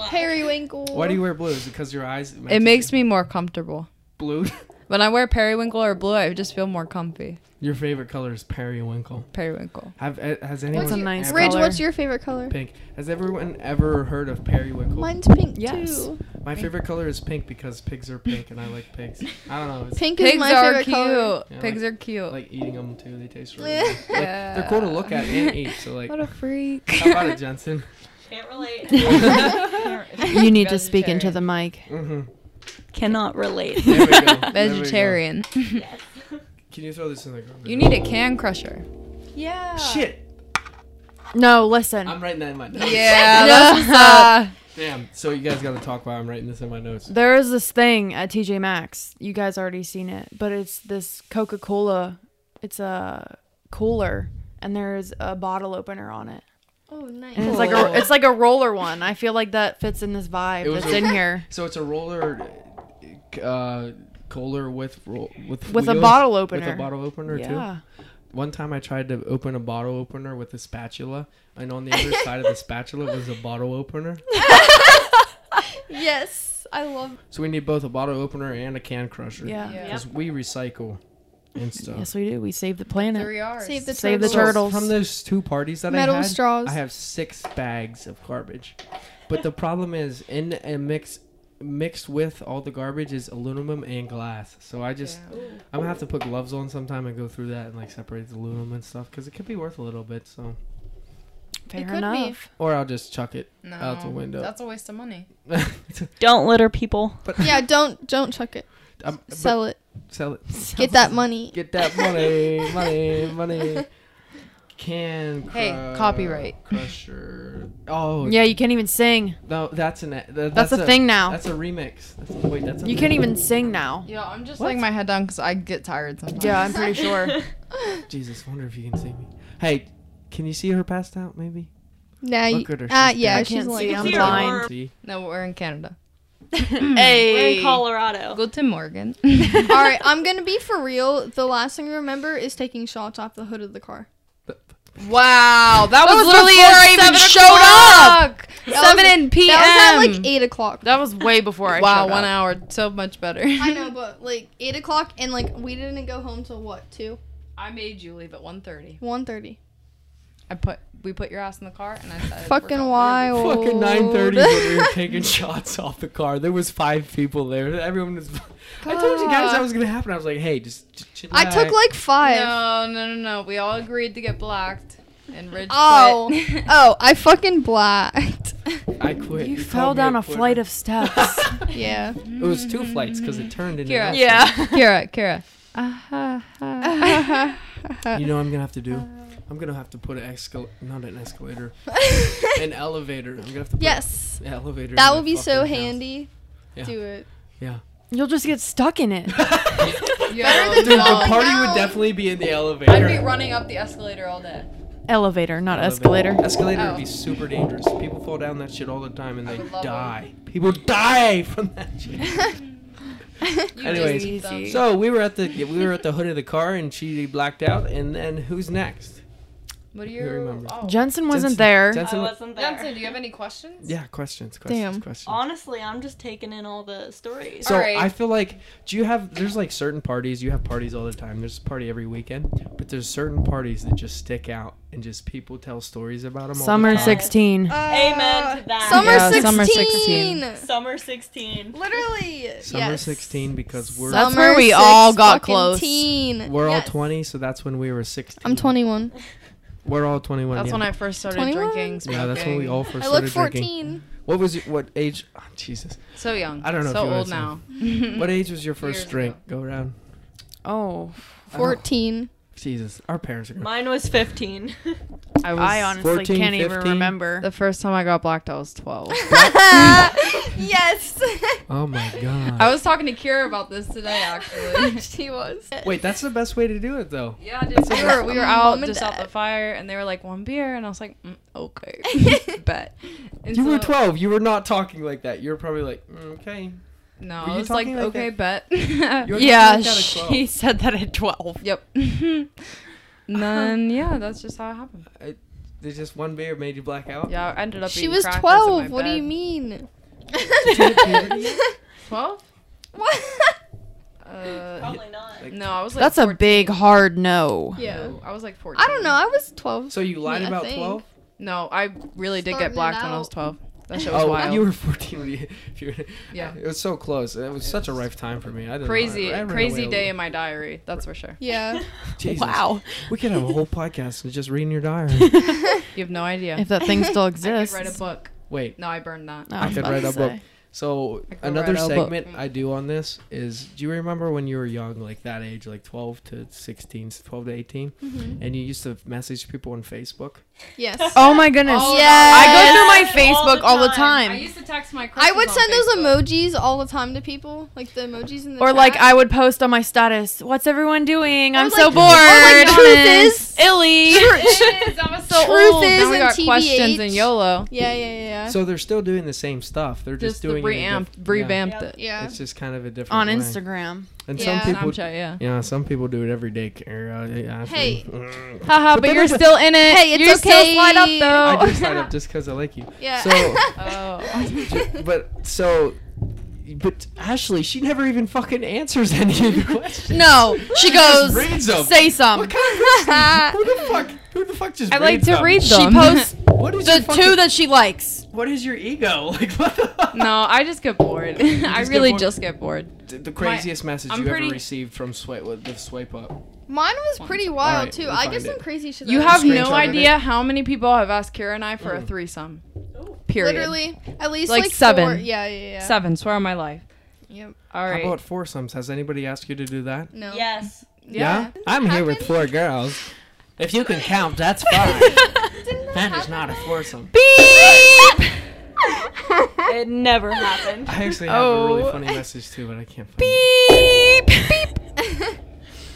Periwinkle. Why do you wear blue? Is it because your eyes? meant It to makes be me more comfortable. blue. When I wear periwinkle or blue, I just feel more comfy. Your favorite color is periwinkle. Periwinkle. Have eh, has anyone? a nice ever- Ridge, color? what's your favorite color? Pink. Has everyone ever heard of periwinkle? Mine's pink Yes. too. My favorite color is pink because pigs are pink and I like pigs. I don't know. It's Pink is Pigs my are favorite cute. color. Yeah, Pigs like- are cute. I like eating them too. They taste really. good. Like, Yeah. They're cool to look at and eat. So like, What a freak. how about it, Jensen? Can't relate. You need to speak into the mic. hmm Cannot relate. There we go. There we go. Vegetarian. Can you throw this in the garbage? You need a can crusher. Yeah. Shit. No, listen. I'm writing that in my notes. Yeah, Damn. So you guys got to talk while I'm writing this in my notes. There is this thing at TJ Maxx. You guys already seen it, but it's this Coca Cola. It's a cooler, and there's a bottle opener on it, Oh, nice. and it's like a it's like a roller one. I feel like that fits in this It vibe was that's a- in here So it's a roller, uh, cooler with roll with with a wheels? bottle With opener. a bottle opener too. yeah, One time I tried to open a bottle opener with a spatula, and on the other side of the spatula was a bottle opener. Yes, I love. So we need both a bottle opener and a can crusher. yeah. Because we recycle and stuff. Yes, we do. We save the planet. Save the Save the turtles. So, turtles. From those two parties that Metal I had, straws. I have six bags of garbage. But the problem is, in a mix, mixed with all the garbage is aluminum and glass. So I just, I'm gonna have to put gloves on sometime and go through that and like separate the aluminum and stuff because it could be worth a little bit. So, Fair could be. enough. or I'll just chuck it out the window. a waste of money. but Don't litter people. Yeah, don't don't chuck it. I'm, but- Sell it. sell it. Get that money. Get that money, money, money. Can Hey, cru- copyright. crusher. Oh Yeah, you can't even sing. no, that's an that- That's, a, thing now. That's a remix. That's a, wait, that's a you can't even sing now. Yeah, I'm just What? laying my head down because I get tired sometimes. Yeah, I'm pretty sure. Jesus, wonder if you can see me. Hey, can you see her passed out? Maybe. Now you. Look at her, Uh, she's yeah, dead. I she's can't see, like. I'm It's your blind. arm. See. No, we're in Canada. We're hey. in Colorado. Go to Morgan. All right, I'm gonna be for real. The last thing I remember is taking shots off the hood of the car. Wow, that, was was, literally before before seven I even showed up. That was- Seven p.m. That was at like eight o'clock. That was way before I wow, showed one up. hour, so much better. I know, but like eight o'clock, and like we didn't go home till what two, I made you leave at 1.30. one thirty. I put we put your ass in the car and I said Fucking wild. Fucking nine thirty when we were taking shots off the car. There was five people there. Everyone was. I told you guys that was gonna happen. I was like, hey, just, just chill I took out. like five. No, no, no, no. We all agreed to get blacked and Ridge. Oh, quit. oh, I fucking blacked. I quit. You called fell me down a quitter. flight of steps. yeah. It was two flights because it turned into. Kira. an yeah. Kira, Kira. uh-huh. You know what I'm gonna have to do? I'm gonna have to put an escal not an escalator, an elevator. I'm gonna have to put yes, an elevator. that in would my be so fucking house. handy. Yeah. Do it. You'll just get stuck in it. Better Dude, the Oh, party no. would definitely be in the I'd be elevator. running up the escalator all day. Elevator, not Elevator. escalator. Escalator would be Oh. super dangerous. People fall down that shit all the time and they would love die. People die from that shit. You Anyways, just dumb. so we were at the we were at the hood of the car and she blacked out. And then who's next? what do You you? remember. Oh. Jensen wasn't Jensen- there. Jensen- I wasn't there. Johnson, do you have any questions? yeah, questions, questions, Damn. questions. Honestly, I'm just taking in all the stories. So Alright. I feel like do you have there's like certain parties you have parties all the time. There's a party every weekend, but there's certain parties that just stick out and just people tell stories about them. all Summer the time. Uh, 16. Amen to that. Summer Yeah, 16. summer Summer 16. Literally. Summer yes. 16 because we're That's where we all got close. Teen. we're Yes. all 20, so that's when we were 16. I'm 21. We're all 21. That's yeah. when I first started 21? drinking. Smoking. Yeah, that's when we all first I started look drinking. 14. What was your, what age? oh, Jesus. So young. I don't know if So you wanna old say. now. What age was your first Years ago. drink? Go around. Oh, Oh. 14. Jesus. Our parents are going to Mine was 15. I was. I honestly 14, can't even 15. remember. the first time I got blacked, I was 12. yes. Oh my god. I was talking to Kira about this today, actually. she was. Wait, that's the best way to do it though. yeah, dude. We were, we were Mom out and just out Dad. the fire, and they were like, one beer, and I was like, mm, okay, bet. And You were so- 12. You were not talking like that. You were probably like, "Mm, okay. No, Were I you was like, talking like okay, that? bet. You were talking Yeah, like that at she said that at 12. yep. and then yeah, that's just how it happened. 12. There's just one beer made you black out. Yeah, I ended up. She eating was crackers in my 12. What do you bed. mean? Twelve? what? Uh, Probably not. Like- no, I was like. That's a 14. big, hard no. Yeah. No, I was like fourteen. I don't know. I was 12. So you lied Yeah, I about think. 12? No, I really did Starting get it blacked when I out. was twelve. That shit was wild. Oh, you were 14 when you, if you were, Yeah. It was so close. It was such a rough time for me. I didn't know. I- crazy, I ran away crazy a day little. in my diary. That's for sure. yeah. Jesus. Wow. We could have a whole podcast and just reading your diary. You have no idea. If that thing still I could exists. write a book. Wait. No, I burned that. Oh, No, I was could about write to a book. say. So I could another write a book. Mm. segment I do on this is: Do you remember when you were young, like that age, like 12 to 16, 12 to 18, Mm-hmm. and you used to message people on Facebook? Yes. Oh my goodness. Oh, I yes. go through my Yes, all Facebook the all the I time. used to text my. I would send those emojis. emojis all the time to people, like the emojis in the Or like chat. I would post on my status, "What's everyone doing? I'm Or, so like, bored." oh, like, truth is- Illy. It is. I was so Truth old. is now we in got questions TBH. and YOLO. Yeah, yeah, yeah. So they're still doing the same stuff. They're just, Just, the doing it in a reamped, diff- yeah. revamped Yeah. it. yeah. It's just kind of a different on way. Instagram. And Yeah. some people, Snapchat, yeah. yeah, some people do it every day. Kara. Hey. "Mm." Haha, but, then you're it's a- still in it. Hey, it's you still okay. slide up I though. just signed up just because I like you. Yeah. So, Oh. but so, but Ashley, she never even fucking answers any of the questions. no, she goes. reads them. Say some. What kind of Who the fuck? Who the fuck just? Um, I like reads to them? read She them. posts What is the your fucking- two that she likes. What is your ego? Like what the? Fuck? no, I just get bored. I just get really bored? just get bored. The craziest message I'm you pretty- ever received from swipe with the swipe up. Mine was pretty wild Alright, too. we'll I find get some it. crazy shit. You that I have was- no Screenshot of it. idea how many people have asked Kira and I for a threesome. Period. Mm. literally at least Like like, seven. Four. Yeah, yeah, yeah. Seven, swear on my life. Yep. All How right. about foursomes? Has anybody asked you to do that? No. Yes. yeah. I'm here with four girls. If you can count, that's fine. that is not a foursome. It never happened. I actually have a Oh. really funny message too, but I can't find it.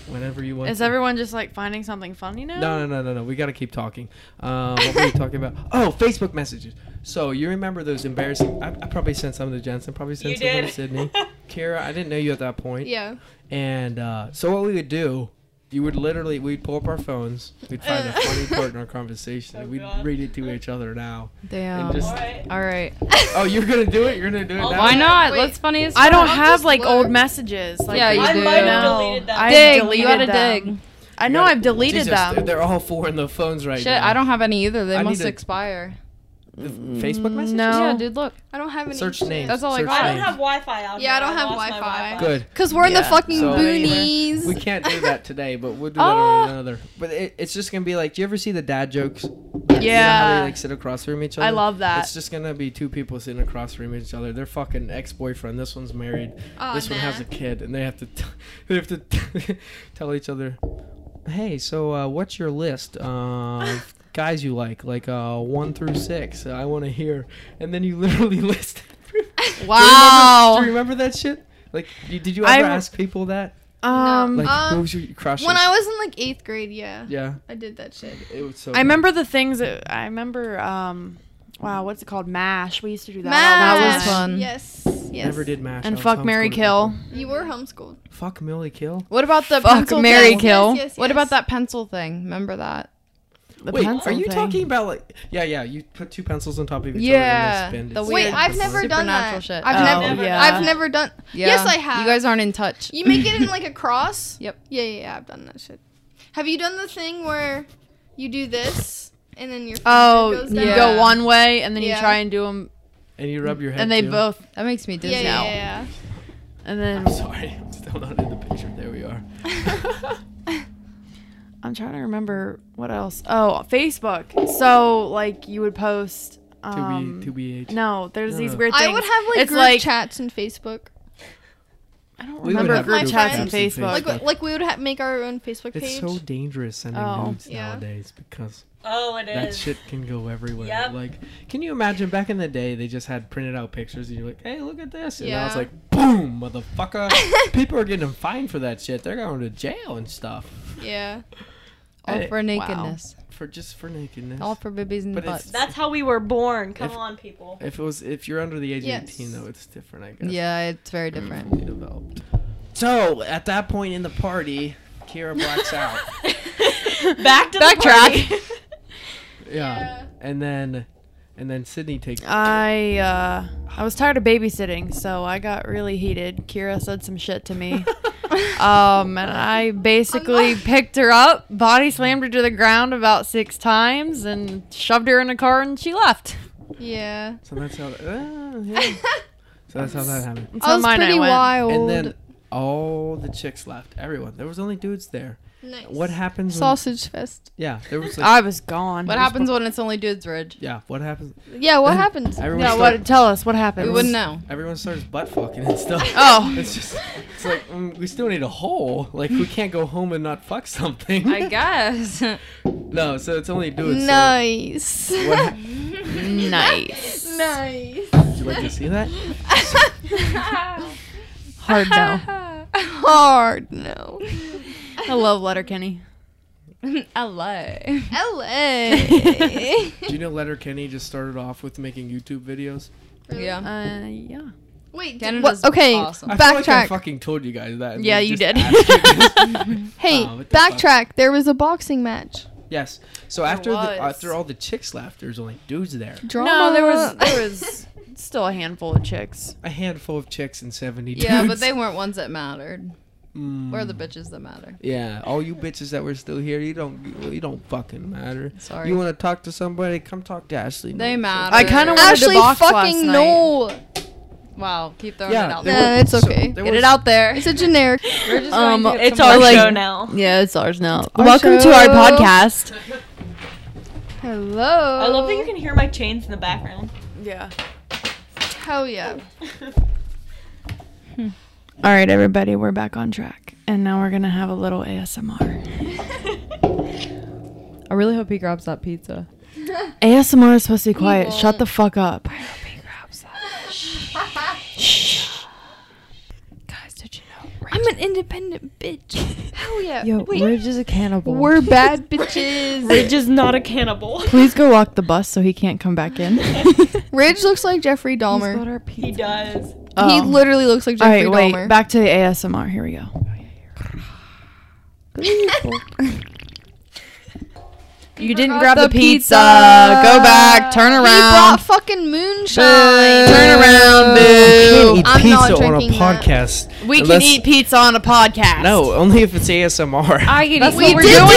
Whenever you want. Is to. everyone just like finding something funny now? No, no, no, no, no. We gotta keep talking. Um, what were we talking about? Oh, Facebook messages. So you remember those embarrassing? I, I probably sent some to Jensen. Probably sent You some to did. Sydney. Kara, I didn't know you at that point. Yeah. And uh, so what we would do, you would literally we'd pull up our phones, we'd find a funny part in our conversation, and we'd Oh, God. read it to each other now. Damn. And just, Alright. All right. oh, you're gonna do it. You're gonna do it. I'll now? Why not? Wait. Let's funny as I don't I'll have just like look. old messages. Like, Yeah, you I do. might have No. deleted them. fuck. I've dig. deleted you gotta them. dig. I You know gotta- I've deleted Jesus, them. They're, they're all four in the phones right Shit, now. I don't have any either. They I need must to- expire. The Facebook messages. No. Yeah, dude, look. I don't have any. Search names. That's all I Search got. I don't names. have Wi-Fi out Yeah, I here. don't have lost my Wi-Fi. Good. Cause we're in the Yeah. fucking So- boonies. We can't do that today, but we'll do that Oh. on another. But it, it's just gonna be like, do you ever see the dad jokes? You know how they Yeah. like sit across from each other. I love that. It's just gonna be two people sitting across from each other. They're fucking ex-boyfriend. This one's married. Aw, this one nah. has a kid, and they have to t- they have to t- tell each other, hey, so uh, what's your list uh, of guys you like, like uh, one through six? uh, I want to hear. And then you literally list. Wow. Do you remember that shit? Like, you, did you ever I- ask people that? Um, Like, Um, who was your crush? When I was in like eighth grade, yeah, yeah, I did that shit. it was so. I remember the things that I remember. Um, wow, what's it called? Mash. We used to do that. That was Mash. fun. Yes. Yes. Never did mash. I And was fuck Mary homeschooled. Kill. You were homeschooled. Fuck Millie Kill. What about the Fuck pencil Mm-hmm. Mary thing? Kill. yes, What yes. about that pencil thing? Remember that? The Wait, pencil are you thing. talking about like? Yeah, yeah. You put two pencils on top of each Yeah, other and they spin. the It's Weird. Wait, I've never done Supernatural that. shit. I've Oh, never. yeah. I've never done. Yeah. Yes, I have. You guys aren't in touch. You make it in like a cross. Yep. Yeah, yeah, yeah. I've done that shit. Have you done the thing where you do this and then your finger Oh, goes down? you yeah. go one way and then you Yeah. try and do them, and you rub your head. and they too. both, That makes me dizzy. Yeah, yeah, yeah, and then I'm sorry, I'm still not in the picture. There we are. I'm trying to remember what else. Oh, Facebook. So like you would post. To Um, be to be H. No, there's No, these no. weird yeah. things. I would have like It's group like- chats in Facebook. I don't would remember have group group chats and chats and Facebook. Facebook. Like, like we would ha- make our own Facebook It's page. so dangerous sending Oh. nudes Yeah. nowadays because Oh, it is. that shit can go everywhere. Yep. Like, can you imagine back in the day they just had printed out pictures and you're like, hey, look at this, and now it's Yeah. like, boom, motherfucker. People are getting fined for that shit. They're going to jail and stuff yeah. All Hey, for nakedness. for just for nakedness. All for boobies and But it's- butts. That's how we were born. Come If- on, people. If it was, if you're under the age Yes. of 18, though, it's different, I guess. Yeah, it's very different. Fully developed. So at that point in the party, Kira blacks out. Back to Backtrack. the yeah. And then, and then Sydney Ah. takes. I uh, I was tired of babysitting, so I got really heated. Kira said some shit to me, um, and I basically picked her up, body slammed her to the ground about six times, and shoved her in a car, and she left. Yeah. So that's how. Uh, yeah. so that's how that happened. And I was mine pretty went. wild. And then all the chicks left. Everyone. There was only dudes there. Nice. What happens? when- Sausage fest. yeah. There was. Like, I was gone. What happens when it's only dudes, Ridge? yeah. What happens? Yeah, what happens? Everyone. Yeah, start- what? Tell us what happened. We wouldn't know. Everyone starts butt fucking and stuff. Oh. It's just. It's like mm, we still need a hole. Like we can't go home and not fuck something. I guess. no. So it's only dudes. so Nice. what hap- Nice. nice. Would you like to see that? Hard no. Hard no. I love Letterkenny. LA. LA. Do you know Letterkenny just started off with making YouTube videos? Yeah. Uh, yeah. Wait, did, Canada's what- okay. awesome. I feel like I Backtrack. fucking told you guys that. and Yeah, they you just did. asked you this. Hey, Oh, what the fuck? backtrack. There was a boxing match. yes. So after the, uh, was. after all the chicks left, there's only dudes there. Drama. No, there was there was still a handful of chicks. A handful of chicks and seventy dudes. Yeah, but they weren't ones that mattered. Mm. We're the bitches that matter. Yeah, all you bitches that were still here, you don't you don't fucking matter. Sorry. You want to talk to somebody? Come talk to Ashley. They No, matter. I kinda wanted to Ashley box last fucking night. no. Wow, keep throwing it Yeah, out there there. Nah, were- it's so okay. there Get were it out there. It's a generic. We're just going to get it's some our more- Um, like- show now. Yeah, it's ours now. Our Welcome to our show. podcast. Hello. I love that you can hear my chains in the background. Yeah. Hell yeah. All right, everybody, we're back on track, and now we're gonna have a little ASMR. I really hope he grabs that pizza. ASMR is supposed to be quiet. won't. Shut the fuck up. Guys, did you know? I'm an independent bitch. Hell yeah. Yo, Wait, Ridge is a cannibal. we're bad bitches. Ridge is not a cannibal. Please go walk the bus so he can't come back in. Ridge looks like Jeffrey Dahmer. our He pizza. does. He Oh. literally looks like All Jeffrey right, wait. Dahmer. Back to the ASMR. Here we go. You didn't grab the, pizza. Go back. Turn He brought around. fucking moonshine. Turn around, You can't boo. eat I'm not pizza on a drinking that. podcast. We unless- can eat pizza on a podcast. No, only if it's ASMR. I can That's what eat what we're we're doing. doing.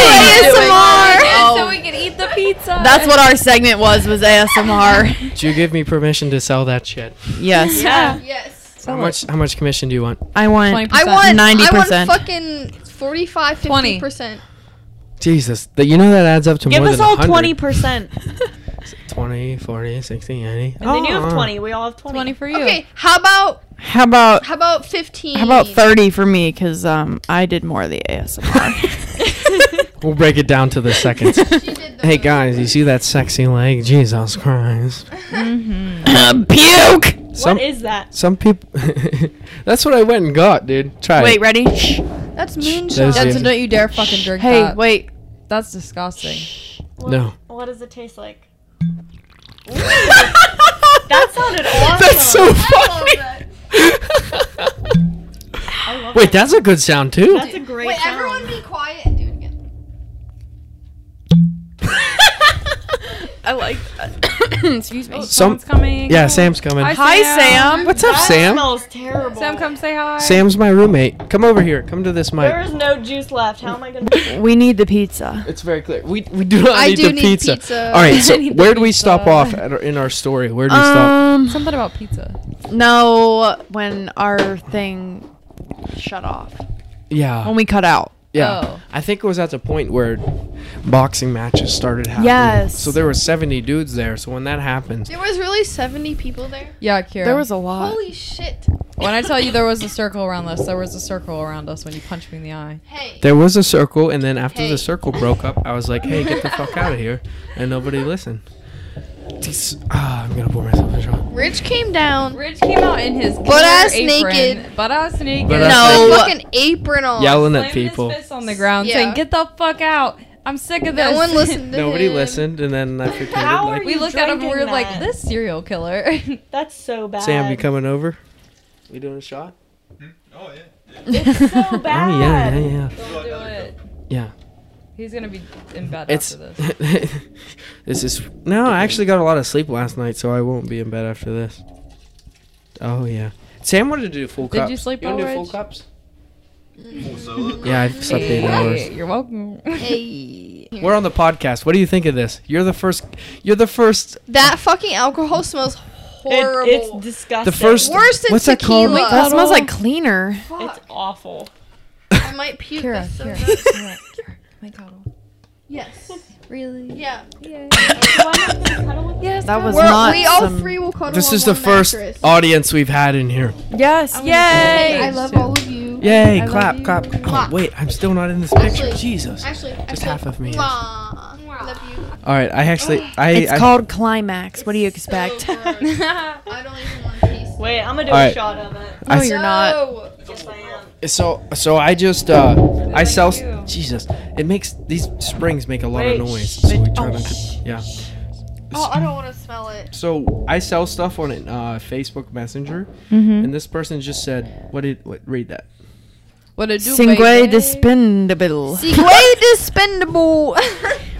Oh. So we can eat the pizza. That's what our segment was. Was ASMR. Do you give me permission to sell that shit? yes. Yeah. Yes. How much? How much commission do you want? I want. 20%. I want 90%. I want fucking 45 20. 50%. Jesus, that you know that adds up to Give more us than all 100. twenty percent. 20, 40, 60, 90. And then you Oh, have oh. twenty. We all have twenty. Twenty for you. Okay, how about How about how about 15? how about thirty for me? Cause um I did more of the ASMR. We'll break it down to the seconds. She did the hey guys, you see that sexy leg? Jesus Christ. Puke. Some What is that? some people. That's what I went and got, dude. Try Wait, it. ready? That's That moonshine. was Jensen, the- don't you dare fucking drink Hey, that. wait. That's disgusting. No. What does it taste like? That sounded awesome. That's so funny. I love Wait, that's a good sound too. That's a great Wait, sound. everyone be quiet and do it again. I like. Excuse oh, me. Some- Someone's coming. Yeah, Sam's coming. Hi, Hi, Sam. What's up, that Sam? smells terrible. Sam, come say hi. Sam's my roommate. Come over here. Come to this mic. There is no juice left. How am I gonna? We need the pizza. It's very clear. We, we do not I need do the need pizza. pizza. All right, I so need the where do we pizza. stop off at our, in our story? Where do we stop? Um, Something about pizza. no, when our thing shut off, when Yeah, we cut out. yeah. Oh. I think it was at the point where boxing matches started happening. Yes. So there were 70 dudes there. So when that happens, There was really 70 people there. Yeah, Kira. There was a lot. Holy shit. when I tell you there was a circle around us, there was a circle around us when you punched me in the eye. Hey. there was a circle, and then after Hey. the circle broke up, I was like, "Hey, get the fuck out of here!" And nobody listened. This- ah, I'm gonna pour myself a shot. Rich came down. Ridge came out in his Butt-ass killer apron, naked. butt ass naked. Butt-ass No. No. Fucking apron on. Yelling at people. His fist on the ground, Yeah. saying, "Get the fuck out! I'm sick of this." No one listened to Nobody him. listened, and then I pretended How are like you- we looked at him. and drinking We're like, that? "This serial killer." That's so bad. Sam, you coming over? We doing a shot? Oh, yeah. It's so bad. Oh yeah, yeah, yeah. Don't do it. Yeah. He's gonna be in bed It's after this. this. is no. I actually got a lot of sleep last night, so I won't be in bed after this. Oh yeah. Sam wanted to do full Did you cups. sleep wanna well, do full Reg? cups? Also, Yeah, I've slept eight hours. You're welcome. Hey. We're on the podcast. What do you think of this? You're the first. You're the first. That fucking alcohol smells horrible. It, it's disgusting. The first. Worse than What's that tequila. called? That smells like cleaner. It's awful. I might puke. Kira, this so Kira, bad. Kira, Kira. My cuddle. Yes. Really? Yeah. Why am I gonna cuddle with Yes. That was We're, not. we all some- three will cuddle This on is the one first mattress. audience we've had in here. Yes. Hey, I Yay. love all of you. Yay! love clap, you. clap. Oh Clap. wait, I'm still not in this Actually- picture. Jesus. Actually, Just actually, half of me is- Mwah. Love you. All right. I actually. I. It's I, called climax. What do you expect? So gross. I don't even want to taste. Wait, I'm gonna do Alright. a shot of it. Oh, I- No, you're not. Yes, I am. So so I just uh I sell Jesus. It makes these springs make a lot Wait, of noise. shh, So we try not to, yeah. Oh, I don't want to smell it. So I sell stuff on it, uh, Facebook Messenger, Mm-hmm. and this person just said, "What did what, read that?" What a do, Singue baby. despendable. Way dispendable.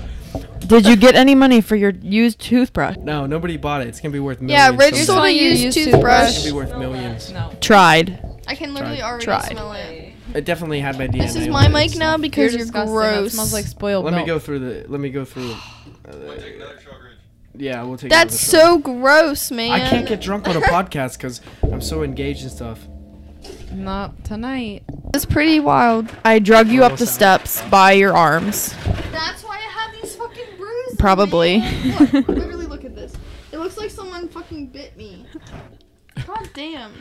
Did you get any money for your used toothbrush? No, nobody bought it. It's gonna be worth yeah, millions. someday. Rich sold sold a on your used used It's toothbrush. gonna be worth millions. No. Tried. I can literally Tried. already Tried. smell it. It definitely had my DNA. This is on my it. mic now because you're, disgusting. That gross. smells like spoiled Let me milk. go through the. Let me go through. Uh, take another shot, Ridge. yeah, we'll take. That's another shot. so gross, man. I can't get drunk on a podcast because I'm so engaged and stuff. Not tonight. It's pretty wild. I drug you up the Almost steps by your arms. That's why I have these fucking bruises. Probably. man. Look, literally, look at this. It looks like someone fucking bit me. God damn.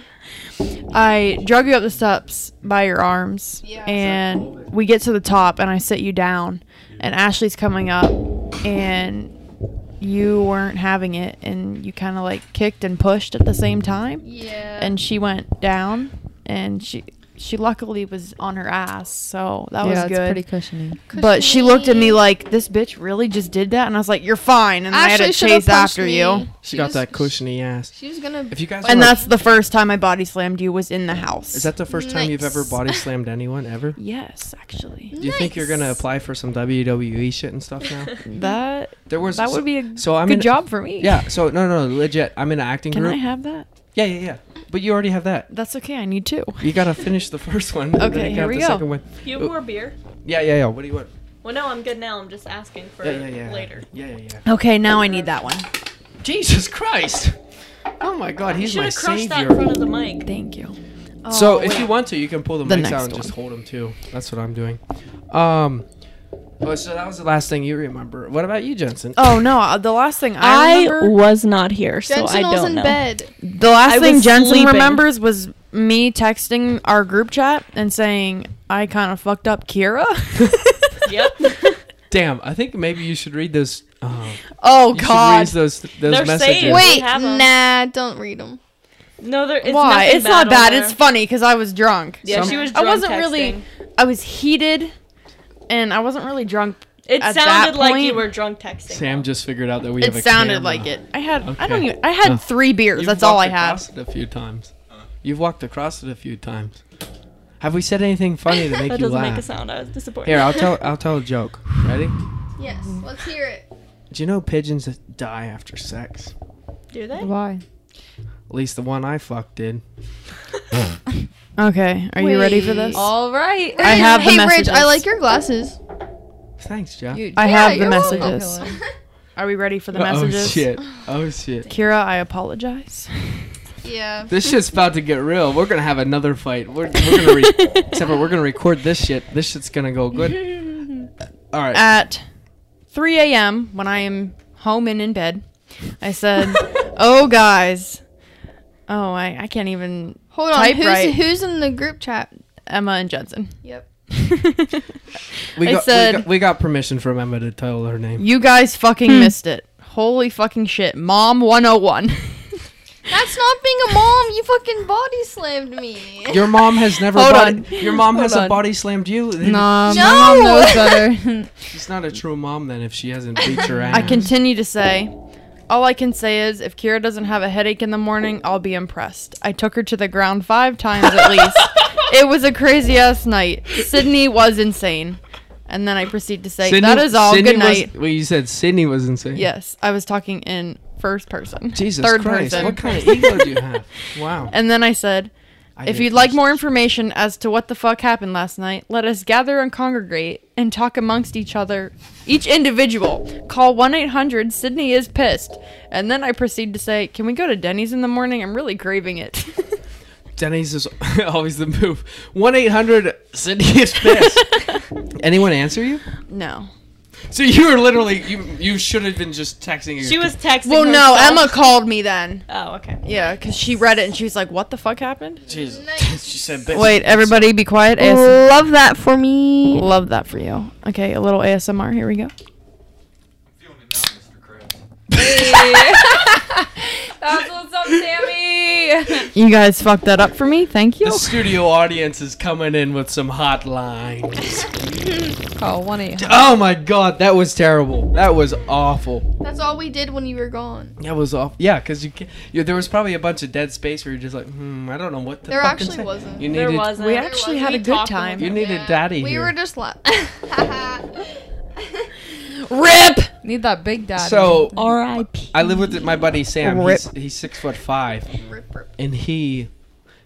I drug you up the steps by your arms, and we get to the top, and I sit you down, and Ashley's coming up, and you weren't having it, and you kind of like kicked and pushed at the same time, Yeah. and she went down, and she she luckily was on her ass, so that was good. pretty cushioning. But she looked at me Cushiony. like this bitch really just did that, and I was like, "You're fine." And then I had Ashley to should have chase punched after me. you, She got was- that cushiony ass. She was gonna. If you guys and were- that's the first time I body slammed you was in the house. Is that the first time you've ever Nice. body slammed anyone ever? yes, actually? Do you think you're gonna Nice. apply for some WWE shit and stuff now? That There was that would be a so I'm good in- job for me. Yeah. So no, no, legit. I'm in an acting Can group. I have that? yeah, yeah, yeah. But you already have that. That's okay. I need two. You gotta finish the first one. and then Okay, you can here have we the go. Second one. You have more beer? Yeah, yeah, yeah. What do you want? Well, no, I'm good now. I'm just asking for Yeah, yeah, yeah. later. Yeah, yeah, yeah. Okay, now I need that one. Jesus Christ! Oh my God, You he's should my have crushed savior. that in front of the mic. Thank you. So if you want to, you can pull the, The mics out next and just one. hold them too. That's what I'm doing. Um. Oh, so that was the last thing you remember. What about you, Jensen? Oh no! uh, The last thing I, I remember, was not here, so Jensen I don't was in know. bed. the last I thing was Jensen sleeping. remembers was me texting our group chat and saying I kind of fucked up Kira. Yep. Damn, I think maybe you should read those. Oh, Oh you should God! read those those They're messages. saved. Yeah. Wait, We have 'em. nah, don't read them. No, there. It's Why? nothing It's not on bad. there. It's funny because I was drunk. Yeah, Some- she was. I Drunk wasn't really. texting. I was heated, and I wasn't really drunk. It at that sounded like you point- were drunk texting. Sam just figured out that we have It a sounded camera. like it. I had. I don't. Okay. Even, I had Oh. three beers. You've That's all I walked had. Across it a few times. You've walked across it a few times. Have we said anything funny to make That you doesn't laugh? make a sound. I was disappointed. Here, I'll tell. I'll tell a joke. Ready? Yes, let's hear it. Do you know pigeons die after sex? Do they? Why? At least the one I fucked did. Okay. Are you ready for this? All right. I have the Hey, Ridge, I messages. like your glasses. Thanks, Jeff. I Yeah, have the you're welcome. messages. Are we ready for the oh messages? shit! Oh shit! Kira, I apologize. yeah. This shit's about to get real. We're gonna have another fight. We're, we're gonna re- except for we're gonna record this shit. This shit's gonna go good. All right. At 3 a.m., when I am home and in bed, I said, "Oh, guys." Oh, I, I can't even. Hold on. Type Who's, right. who's in the group chat? Emma and Jensen. Yep. we, I got, said- we got we got permission from Emma to tell her name. You guys fucking Hmm. missed it. Holy fucking shit. Mom 101. That's not being a mom. You fucking body slammed me. Your mom has never. Hold body- on. Your mom Hold hasn't on. body slammed you. No, Um, No! my mom knows better. She's not a true mom then if she hasn't beat your ass. I continue to say, all I can say is if Kira doesn't have a headache in the morning, I'll be impressed. I took her to the ground five times at least. It was a crazy ass night. Sydney was insane. And then I proceed to say, Sydney- that is all. Sydney Good was- night. well, you said Sydney was insane. Yes, I was talking in first person. Jesus third Christ! person. What kind of ego do you have? Wow. And then I said, I If did you'd like first. more information as to what the fuck happened last night, let us gather and congregate and talk amongst each other, each individual. Call 1 800 Sydney is pissed. And then I proceed to say, Can we go to Denny's in the morning? I'm really craving it. Denny's is always the move. One eight hundred Sydney is pissed. Anyone answer you? no. So you were literally you. You should have been just texting. Your She was texting. Well, no, herself. Emma called me then. Oh, okay. Yeah, because she read it and she was like, What the fuck happened? Jesus. She said. "Bitch." everybody be quiet. Love that for me. Love that for you. Okay, a little ASMR. Here we go. Feeling it now, Mr. Krabs. That's what's up, Sammy. You guys fucked that up for me. Thank you. The studio audience is coming in with some hot lines. Call one eight. Oh my god, that was terrible. That was awful. That's all we did when you were gone. That was awful. Yeah, because you, ca- you there was probably a bunch of dead space where you're just like, hmm, I don't know what the There fucking actually say. wasn't. You needed, There wasn't. We actually had a good talked about time. You it. needed daddy We here. were just laughing. RIP! Need that big dad. so R.I.P. I live with my buddy Sam. Rip. He's, he's six foot five, and he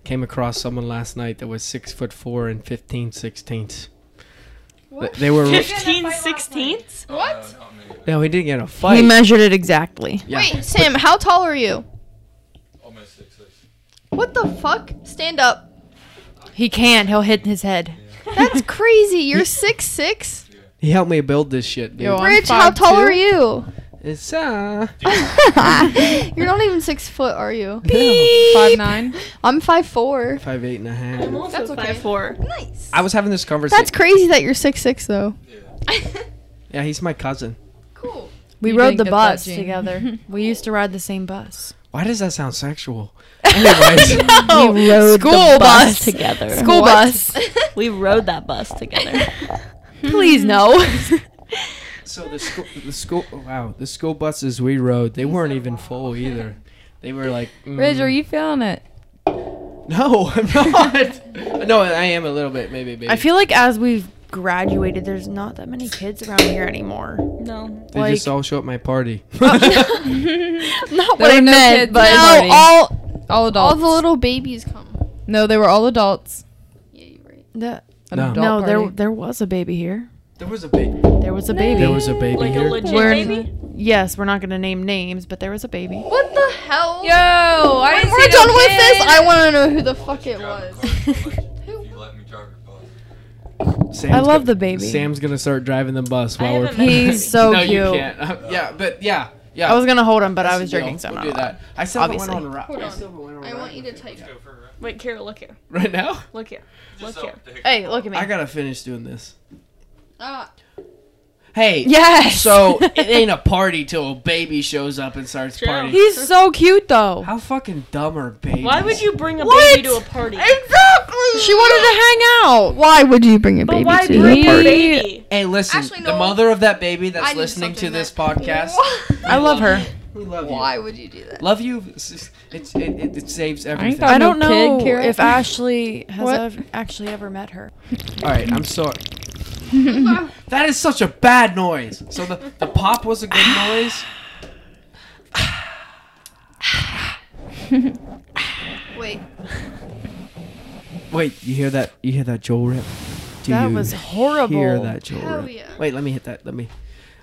came across someone last night that was six foot four and fifteen sixteenths. Th- They were. Fifteen sixteenths. What? no, he didn't get in a He fight. measured it exactly. Yeah. Wait, Sam, how tall are you? Almost six six. What the fuck? Stand up. He can't. He'll hit his head. That's crazy. You're six six. He helped me build this shit, dude. Yo, I'm Rich, how tall 5'2"? are you? It's uh. You're not even six foot, are you? Five nine. I'm five four. Five eight and a I'm half. also That's okay. five four. Nice. I was having this conversation. That's crazy that you're six six though. yeah, he's my cousin. cool. We You rode didn't the get that bus gene. together. we used to ride the same bus. Why does that sound sexual? Anyways, Oh, school bus. together. School bus. We rode that bus together. Please no. so the school, the school, wow, the school buses we rode, they weren't even full either. They were like, mm, Ridge, are you feeling it? no, I'm not. no, I am a little bit, maybe. maybe. I feel like as we've graduated, there's not that many kids around here anymore. No. they just like- all show up at my party. Not There what were I no meant, kids but at the party. Now all All adults. all the little babies come. no, they were all adults. Yeah, you're right. The- An No. adult no, there party. there was a baby here. there was a baby. There was a baby. There was a baby Like a here. legit We're- baby? yes, we're not gonna name names, but there was a baby. What the hell? Yo, I When didn't we're see no done with this, kids. I want to know who the fuck it was. If you let me drive your bus. Sam's I love go- the baby. Sam's gonna start driving the bus while we're. haven't met- He's so no, cute. you can't. Uh, yeah, but yeah, yeah. I was gonna hold him, but I That's was the deal. drinking, so I'm We'll not. do that. I still Obviously. haven't went on a Hold ride. on. still haven't went on a I ride want you to with it. type. Let's go for a ride. Wait, Kira, look here. right now. Look here. Look Just here. up there. Hey, look at me. I gotta finish doing this. Ah, Hey. yes. So it ain't a party till a baby shows up and starts True. partying. He's so cute though. How fucking dumb are babies? Why would you bring a What? baby to a party? Exactly. She wanted to hang out. why would you bring a But baby why to bring the a party? baby? Hey, listen. Actually, The no. mother of that baby that's I knew listening to something this that- podcast. I love her. We love Why you. would you do that? Love you. It's just- it's- It, it, it saves everything. thought- I don't No know kid, Kira. if Ashley has What? ever, actually ever met her. All right, I'm sorry. that is such a bad noise. So the, the pop was a good noise. Wait, Wait, you hear that? You hear that Joel rip? Do That you was horrible. Hear that Joel Hell rip? yeah. Wait, let me hit that. Let me.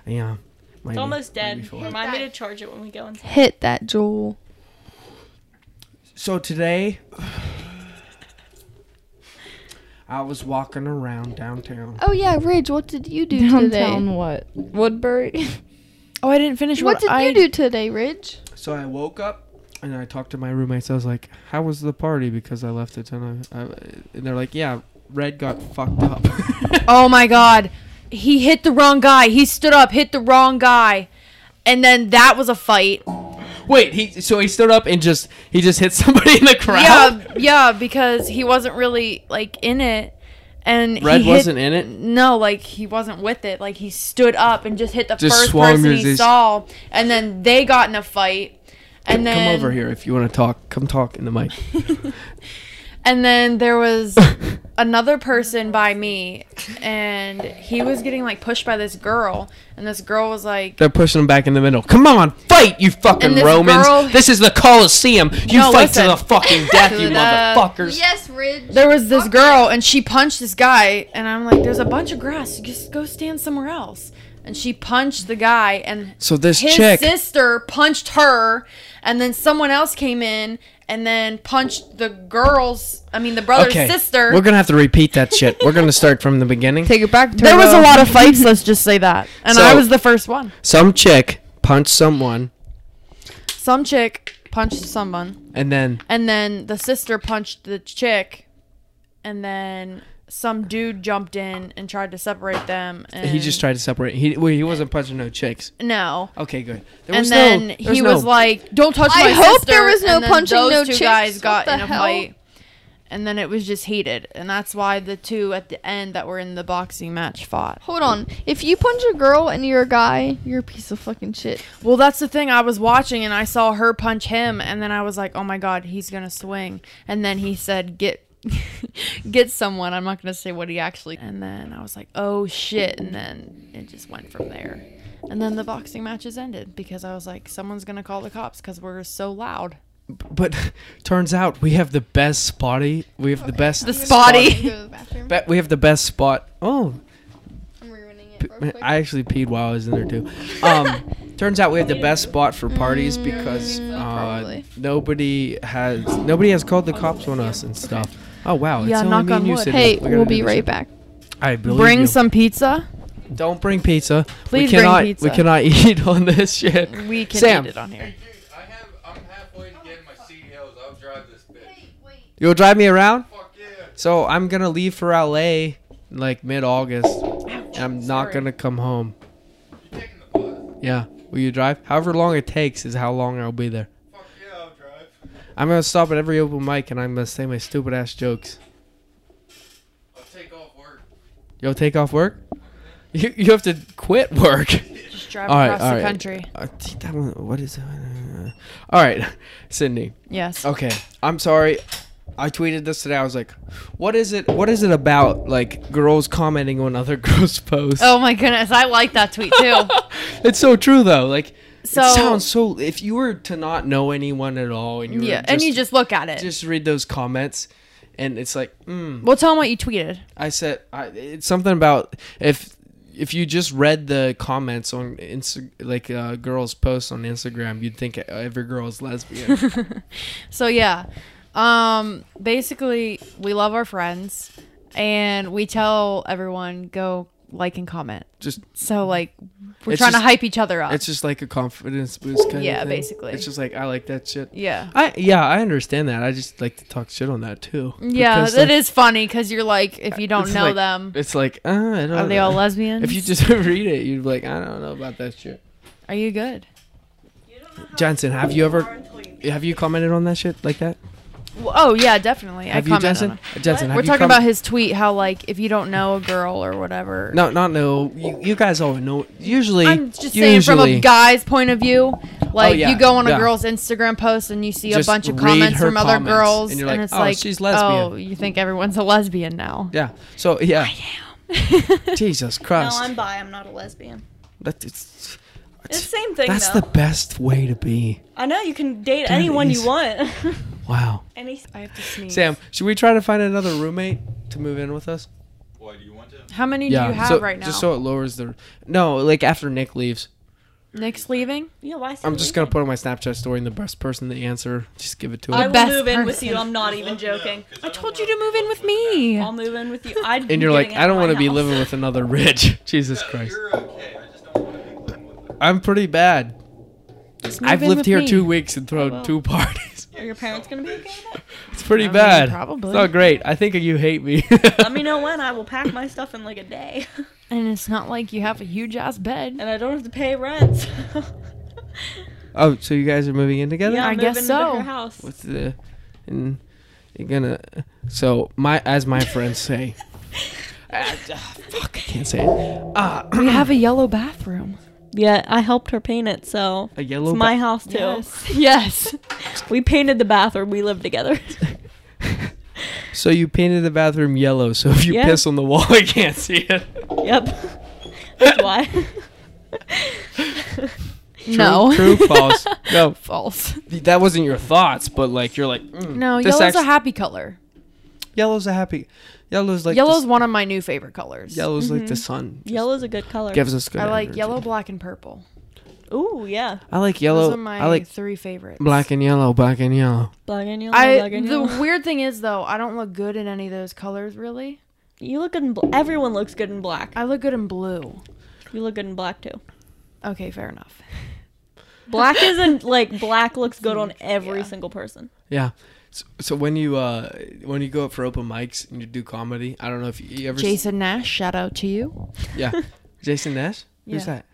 Yeah. It's almost dead. Before. Remind me to charge it when we go inside. hit that, Joel. So today, I was walking around downtown. Oh yeah, Ridge. What did you do today? Downtown what? Woodbury. Oh, I didn't finish What did I you do today, Ridge? So I woke up and I talked to my roommates. I was like, "How was the party?" Because I left at ten. I, I, and they're like, "Yeah, Red got fucked up." Oh my god. He hit the wrong guy. He stood up, hit the wrong guy. And then that was a fight. Wait, he so he stood up and just he just hit somebody in the crowd. Yeah, yeah, because he wasn't really like in it. And Red he hit- wasn't in it. No, like he wasn't with it. Like he stood up and just hit the Just first swung person his- he saw, and then they got in a fight. And then Come over here if you want to talk. Come talk in the mic. And then there was another person by me, and he was getting like pushed by this girl, and this girl was like, They're pushing him back in the middle. Come on, fight, you fucking And this Romans. girl- this is the Colosseum. You No, fight listen. to the fucking death, To you the- motherfuckers. Yes, Ridge. there was this girl, and she punched this guy, and I'm like, there's a bunch of grass, just go stand somewhere else. And she punched the guy, and So this his chick, sister punched her, and then someone else came in and then punched the girl's, I mean, the brother's okay, sister. we're gonna have to repeat that shit. We're gonna start from the beginning. Take it back. there was a Turbo. lot of fights, let's just say that. And I So- was the first one. Some chick punched someone, Some chick punched someone. and then And then the sister punched the chick, and then some dude jumped in and tried to separate them. And he just tried to separate. He well, he wasn't punching no chicks. no. Okay, good. There And was then no, there he no- was like, "Don't touch my I sister." hope there was no and then punching, Those no two chicks. guys What got the in a hell? fight, and then it was just heated, and that's why the two at the end that were in the boxing match fought. Hold on. If you punch a girl and you're a guy, you're a piece of fucking shit. Well, that's the thing. I was watching and I saw her punch him, and then I was like, "Oh my god, he's gonna swing!" And then he said, "Get, get someone." I'm not gonna say what he actually. And then I was like, "Oh shit!" And then it just went from there. And then the boxing matches ended because I was like, "Someone's gonna call the cops because we're so loud." but turns out we have the best spotty. We have the best. The spotty. I'm gonna go to the bathroom. Bet we have the best spot. Oh, I'm ruining P- it real quick. I actually peed while I was in there too. Um, turns out we have the best spot for parties because Mm, uh, probably. nobody has nobody has called the cops on us and stuff. Oh wow! Yeah, it's only knock me and on you wood. sitting- hey, we're gonna we'll do be this. right back. I believe Bring you. some pizza. Don't bring pizza. Please we bring cannot, pizza. We cannot eat on this shit. We can Sam. eat it on here. Hey, dude, I have, I'm halfway to getting my seat hills. I'll drive this bitch. You'll drive me around? Fuck yeah. So I'm gonna leave for LA like mid August. I'm not sorry. gonna come home. You taking the bus? Yeah. Will you drive? However long it takes is how long I'll be there. Fuck yeah, I'll drive. I'm gonna stop at every open mic and I'm gonna say my stupid ass jokes. I'll take off work. You'll take off work? You, you have to quit work. Just drive All right, across all the right. country. Uh, t- that one, what is that? All right, Sydney. Yes. Okay, I'm sorry. I tweeted this today. I was like, "What is it? What is it about like girls commenting on other girls' posts?" Oh my goodness, I like that tweet too. It's so true though. Like, So it sounds so. If you were to not know anyone at all, and you were yeah, just, and you just look at it. just read those comments, and it's like, mm, well, tell them what you tweeted. I said I, it's something about if if you just read the comments on Insta, like uh, girls' posts on Instagram, you'd think every girl is lesbian. So yeah, um, basically we love our friends, and we tell everyone go like and comment. just So like we're It's trying just- to hype each other up. it's just like a confidence boost kind Yeah, of thing. basically. It's just like I like that shit. yeah. I yeah, I understand that. I just like to talk shit on that too. Yeah, Because, it like, is funny because you're like, if you don't it's know like- them, It's like uh, I don't are they all know. lesbians? If you just read it, you'd be like, I don't know about that shit. are you good? Johnson, have you ever have you commented on that shit like that? Well, oh yeah, definitely. Have I you, comment on Johnson? it. Johnson, have We're you talking com- about his tweet, how like if you don't know a girl or whatever. No, not no. You, you guys all know. Usually, I'm just usually, Oh, saying from a guy's point of view. Like yeah, you go on a yeah. girl's Instagram post and you see a Just bunch of read comments her from other comments, girls, and you're and, like, it's "Oh, like, she's lesbian." Oh, you think everyone's a lesbian now? Yeah. So yeah. Jesus No, Christ. I'm bi. I'm not a lesbian. That- it's- It's the same thing that's though. the best way to be. I know you can date That anyone is- you want. Wow. Any. I have to sneeze. Sam, should we try to find another roommate to move in with us? Why do you want to? how many do you have so, right now? Just so it lowers the. No, like after Nick leaves, Nick's leaving. Yeah, why? is he I'm just gonna leaving? put on my Snapchat story and the best person to answer, just give it to I him. The will best move in with person. you. I'm not even joking. I told you to move in with me. I'll move in with you. I'd And you're like, I don't want to be living with another rich. Jesus Christ. You're okay. I just don't want to be living with her. I'm pretty bad. Just move I've in lived with here me. two weeks and thrown well. two parties. Are your parents gonna be okay with that? It's pretty Oh, I mean, bad. probably. It's not great. I think you hate me. Let me know when. I will pack my stuff in like a day, And it's not like you have a huge ass bed. and I don't have to pay rent. so- Oh, so you guys are moving in together? yeah, I I'm guess moving into so. Her house. What's the and you're gonna so my as my friends say Ah, ah, fuck I can't say it. Ah We have a yellow bathroom. Yeah, I helped her paint it, so a yellow it's ba- my house too. Yes. We painted the bathroom. We lived together. So you painted the bathroom yellow so if you Yeah. piss on the wall I can't see it. yep. That's why. no. True, false. No. False. That wasn't your thoughts, but like you're like mm, No, this act- yellow's a happy color. yellow's a happy yellow's like yellow's the, one of my new favorite colors. s- yellow's like the sun. Just Yellow's a good color. gives us good I like energy. yellow, black, and purple. Ooh, yeah. I like Those yellow. are my I like three favorites. black and yellow, black and yellow. Black and yellow. I black and the yellow. weird thing is though, I don't look good in any of those colors really. You look good in bl- everyone looks good in black. I look good in blue. You look good in black too. Okay, fair enough. Black isn't like black looks good on every Yeah. single person. Yeah. So, so when you uh when you go up for open mics and you do comedy, I don't know if you, you ever s- Jason Nash, shout out to you. yeah, Jason Nash. Who's Yeah. that?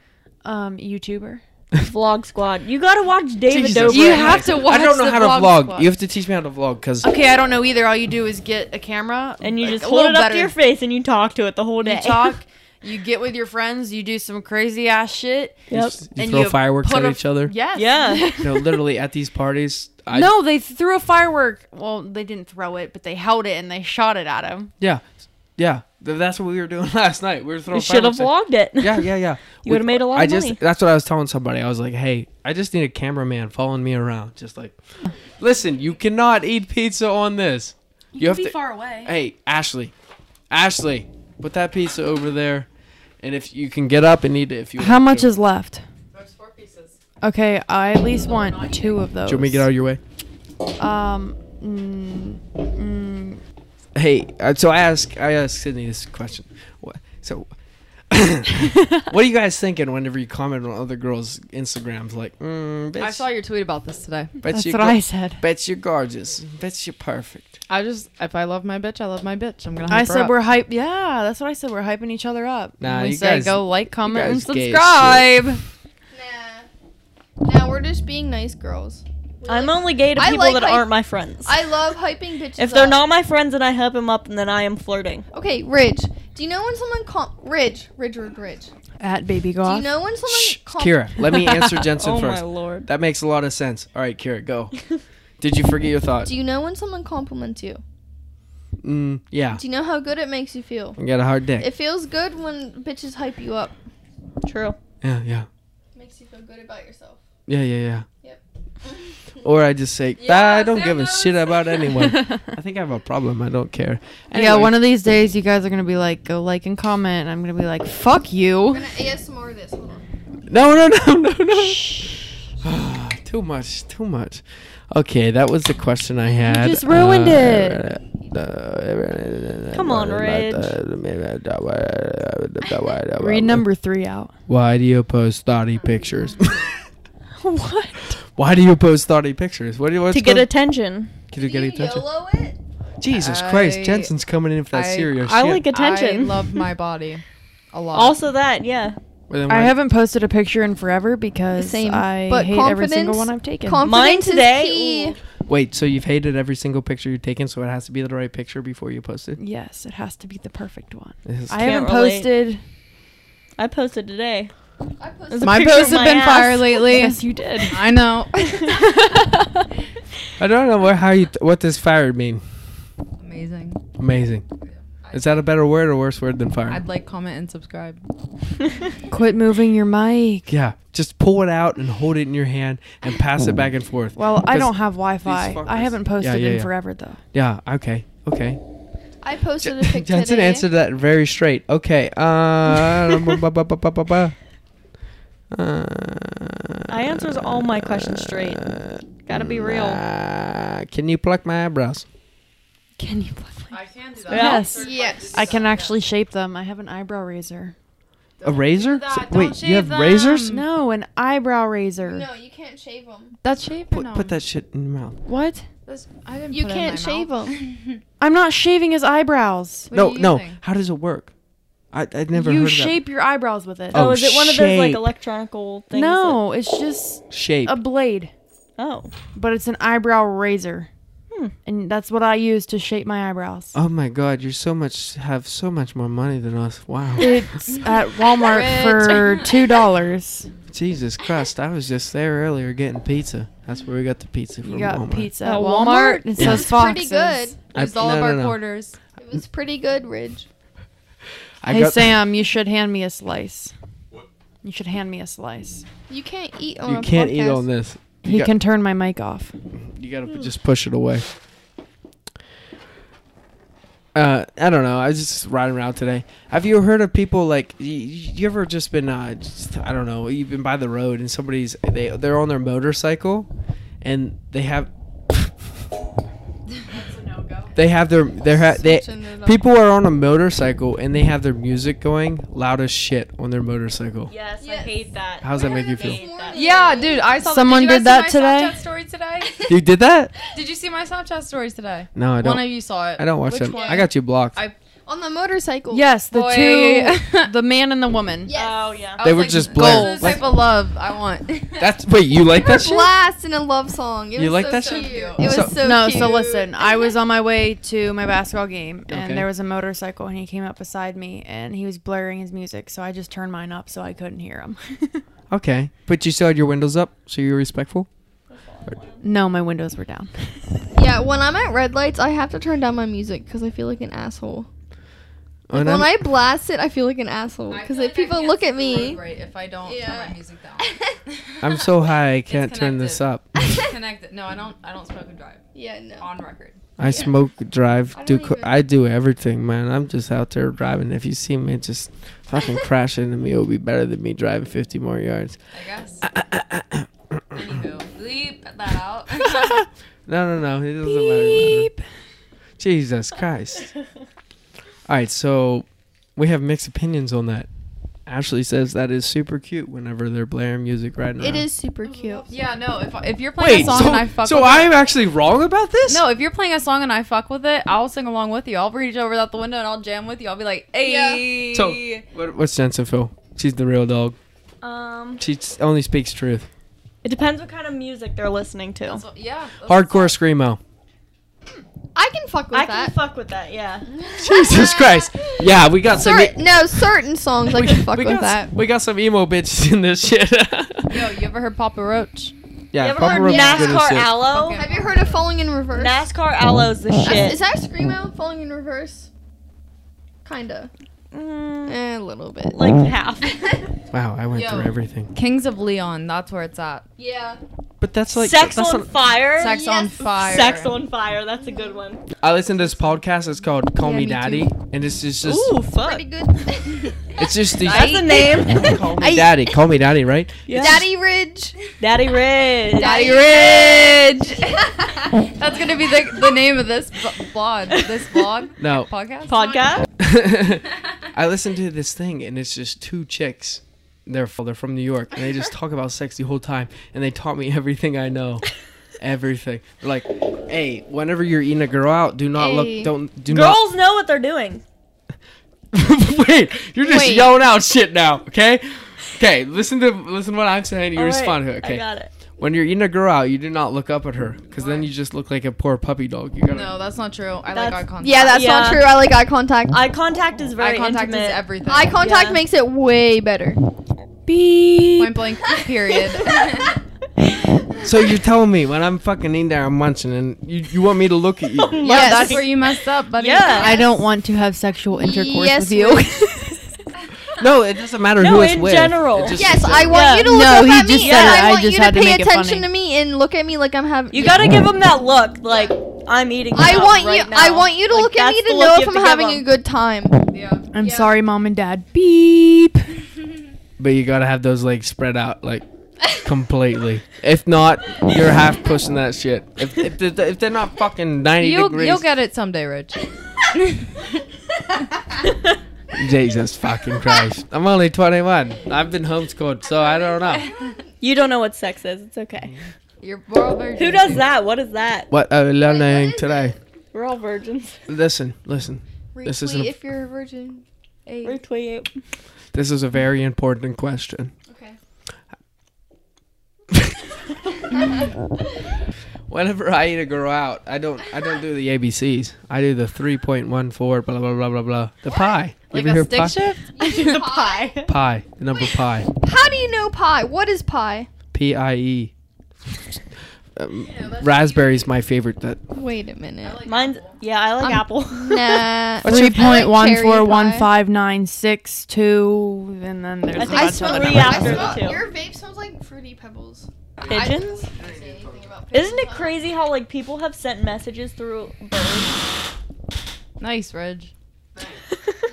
Um, YouTuber. Vlog squad. You gotta watch David Jesus Dobrik. You have to watch I don't know the how to vlog vlog. squad. You have to teach me how to vlog because Okay, I don't know either. All you do is get a camera and you like, just a hold little it up better. to your face and you talk to it the whole day. You talk, you get with your friends, you do some crazy ass shit. Yep. you and throw you fireworks put at a- each other. Yes. Yeah. No, literally at these parties. I, no, they threw a firework. Well, they didn't throw it, but they held it and they shot it at him. Yeah, yeah. Th- That's what we were doing last night. We were throwing. You should have fireworks at- vlogged it. Yeah, yeah, yeah. You would've We- made a lot I of just, money. That's what I was telling somebody. I was like, "Hey, I just need a cameraman following me around, just like, listen, you cannot eat pizza on this. You, have be to far away. Hey, Ashley, Ashley, put that pizza over there, and if you can get up and eat it, if you. How want much to. is left? Okay, I at least want two of those. Do you want me to get out of your way? Um, mm, mm, Hey, uh, so I ask, I asked Sydney this question. What? So, What are you guys thinking whenever you comment on other girls' Instagrams? Like, mm, bitch, I saw your tweet about this today. bet That's you what go- I said. bet you're gorgeous. Bet you're perfect. I just, if I love my bitch, I love my bitch. I'm gonna. I hype her said up. we're hype. Yeah, that's what I said. We're hyping each other up. Nah, we you say guys- go like, comment, and guys gay as subscribe. Nah. Nah, we're just being nice girls. We I'm like- only gay to I people like that hype- aren't my friends. I uh, love hyping bitches. if they're up. not my friends and I hype them up, then I am flirting. Okay, Ridge. Do you know when someone com- Ridge, Ridge, Ridge, Ridge. At baby Do goth. you know when someone Shh, com- Kira, let me answer Jensen oh first. my lord. That makes a lot of sense. All right, Kira, go. Did you forget your thought? Do you know when someone compliments you? Mm, yeah, Do you know how good it makes you feel? I got a hard dick. It feels good when bitches hype you up. True. yeah, yeah, Makes you feel good about yourself. yeah, yeah, yeah. Yep. Or I just say, Yeah, I don't give a Samos. shit about anyone. I think I have a problem. I don't care. Yeah, Anyway, one of these days you guys are gonna be like, go like and comment. And I'm gonna be like, fuck you. We're gonna ASMR this. Hold on. No, no, no, no, no. too much, too much. Okay, that was the question I had. Uh, just ruined it. it. Come on, uh, Ridge. Read number three out. Why do you post thoughty pictures? what? Why do you post thoughty pictures? What do you what's To get going- attention. Can you get Do you attention? YOLO it? Jesus Christ, I- Jensen's coming in for that I- serious I shit. like attention. I love my body a lot. also that, yeah. Well, then I why- haven't posted a picture in forever because Same. I But hate every single confidence- one I've taken. Confidence Mine is today- key. Ooh. Wait, so you've hated every single picture you've taken, so it has to be the right picture before you post it? yes, it has to be the perfect one. This is- I Can't haven't relate. posted. I posted today. I posted It's a my picture of posts have my been ass. fire lately. Yes, you did. I know. I don't know where, how you th- what does fired mean. Amazing. Amazing. Is that a better word or worse word than fired? I'd like, comment, and subscribe. Quit moving your mic. Yeah, just pull it out and hold it in your hand and pass it back and forth. Well, I Because- don't have Wi-Fi. fuckers- I haven't posted yeah, yeah. in forever though. Yeah. Okay. Okay. I posted a picture Jensen today. answered that very straight. Okay. Uh. bu- bu- bu- bu- bu- bu- bu. Uh, I answers all my questions straight. Gotta be real. Uh, can you pluck my eyebrows? Can you? Play? I can do that. Yes, Yes. I can actually shape them. I have an eyebrow razor. Um, a razor? that. So- Don't wait, you shave have razors? them. No, an eyebrow razor. No, you can't shave them. That's shaving. Put, put that shit in your mouth. What? I didn't You put it in can't my shave mouth. them. I'm not shaving his eyebrows. What are no, you no. using? How does it work? I I never you heard shape your eyebrows with it. Oh, Oh, is it one of those like shape. electronical things? no, it's of just that. Shape. a blade, that- oh. but it's an eyebrow razor. Hmm. And that's what I use to shape my eyebrows. oh my God! You so much have so much more money than us. Wow. It's at Walmart for two dollars. Jesus Christ, I was just there earlier getting pizza. That's where we got the pizza from You got Walmart. pizza At at Walmart? Walmart. It Yeah. says It's pretty Fox's. good. I- Used all no, of no, our no. quarters. It was pretty good, Ridge. I hey got- Sam, you should hand me a slice. You should hand me a slice. You can't eat on You a can't eat podcast. on this. You He got- can turn my mic off. You gotta p- just push it away. Uh, I don't know. I was just riding around today. Have you heard of people like you, you ever just been uh, just, I don't know. You've been by the road and somebody's they they're on their motorcycle, and they have they have their their ha- they Switching it up. people are on a motorcycle and they have their music going loud as shit on their motorcycle. Yes, Yes. hate that. How does that make you feel? Hate that. Yeah, dude. I saw. Someone did, you did guys see that my today? Snapchat story today. You did that? did you see my Snapchat stories today? No, I One of don't. you saw it. I don't watch Which them. one? I got you blocked. I- On the motorcycle. Yes, the Boy. two, the man and the woman. Yes. Oh yeah. I They was were like, just this blurred. is the type of love I want. That's wait. You like that shit? Blast in a love song. It You was like so that cute. shit? It was So- so, no, cute. so listen. I was on my way to my basketball game, and Okay. there was a motorcycle, and he came up beside me, and he was blaring his music, so I just turned mine up so I couldn't hear him. Okay, but you still had your windows up, so you were respectful. no, my windows were down. Yeah, when I'm at red lights, I have to turn down my music because I feel like an asshole. And when I'm- I blast it, I feel like an asshole because if people look at me, Right, if I don't Yeah. turn my music down. I'm so high I can't turn connected. this up. Connected. No, I don't. I don't smoke and drive. yeah, no. On record. I smoke, drive, I do don't co- even- I do everything, man. I'm just out there driving. If you see me, just fucking crash into me. It'll be better than me driving 50 more yards. I guess. Anywho, bleep that out. No, no, no. It doesn't matter, matter. Jesus Christ. All right, so we have mixed opinions on that. Ashley says that is super cute whenever they're blaring music right now. It is super cute. Yeah, no. If, if you're playing Wait, a song so, and I fuck so with I am actually wrong about it, this? no, if you're playing a song and I fuck with it, I'll sing along with you. I'll reach over out the window and I'll jam with you. I'll be like, "Hey." So what, what's Jensen Phil? She's the real dog. Um, She s- only speaks truth. it depends what kind of music they're listening to. So- yeah. Hardcore screamo. I can fuck with I can that. fuck with that. Yeah. Jesus Christ. Yeah, we got some. e- Certain, no, certain songs I can fuck we with got, that. s- we got some emo bitches in this shit. Yo, you ever heard Papa Roach? yeah, you ever Papa heard Roach is good as NASCAR shit. Aloe? Okay. Have you heard of Falling in Reverse? NASCAR Aloe's the That's- shit. Is that screamo? Falling in Reverse? Kinda. Mm, Eh, a little bit. like Mm. half. Wow, I went Yo. through everything. Kings of Leon. That's where it's at. Yeah. But that's like Sex that's on not- fire. Sex on Yes. fire. Uh, Sex on fire. That's a good one. I listen to this podcast. It's called Call Yeah, Me me Daddy, and it's just, just Ooh, fuck. Pretty good. it's just these. That's the name. Call me daddy. Call me daddy, right? Yeah. Daddy Ridge. Daddy Ridge. Daddy Ridge. That's gonna be the, the name of this b- blog. This blog No. podcast. Podcast. I listen to this thing, and it's just two chicks. They're f- they're from New York, and they just talk about sex the whole time, and they taught me everything I know. Everything. They're like, hey, whenever you're eating a girl out, do not Hey. look, don't do not Girls know what they're doing. Wait, you're just Wait. yelling out shit now, okay? Okay, listen to listen to what I'm saying. You All right, respond to it, I okay? got it. When you're eating a girl out, you do not look up at her, because then you just look like a poor puppy dog. You gotta. No, that's not true. I like That's- eye contact. Yeah, that's Yeah. not true. I like eye contact. Eye contact is very eye contact intimate. is everything. Eye contact Yeah. makes it way better. Point blank. Period. So you're telling me when I'm fucking in there, I'm munching, and you, you want me to look at you? Yeah, Yes. that's where you messed up, buddy. Yeah. I don't want to have sexual intercourse Yes, with you. we- no, it doesn't matter No, who it's in with. general. It just- Yes, I want Yeah. you to look No, up he at just me. said and it. I I want just you to had to pay make it attention funny. to me and look at me like I'm having. You gotta give them that look, like I'm eating. I now, want right you. Now. I want you to Like, look at me that's to the know look if you I'm have to give having 'em. a good time. Yeah. I'm Yeah. sorry, mom and dad. Beep. But you gotta have those legs spread out like completely. If not, you're half pushing that shit. If if, they're- if they're not fucking 90 You'll, degrees, you'll get it someday, Rich. Jesus fucking Christ! I'm only 21. I've been homeschooled, so I don't know. You don't know what sex is. It's okay. You're we're all virgins. Who does that? What is that? What are we learning is today? We're all virgins. Listen, listen. This isn't Retweet a- if you're a virgin. Retweet. This is a very important question. Okay. Whenever I eat a girl out, I don't I don't do the ABCs. I do the 3.14 blah blah blah blah blah. The pie. Like you ever a hear stick pie? shift? I do the pie. Pie. The number pi. How do you know pie? What is pie? P I E. Um, raspberry's my favorite. That Wait a minute. Mine's yeah. I like Um, apple. Nah. What's your- Three point one four one Cherry pie. five nine six two, and then there's. I a think bunch I of smell other three ones. after the two. Your vape smells like fruity pebbles. Pigeons. Isn't it crazy how like people have sent messages through birds? Nice, Rich.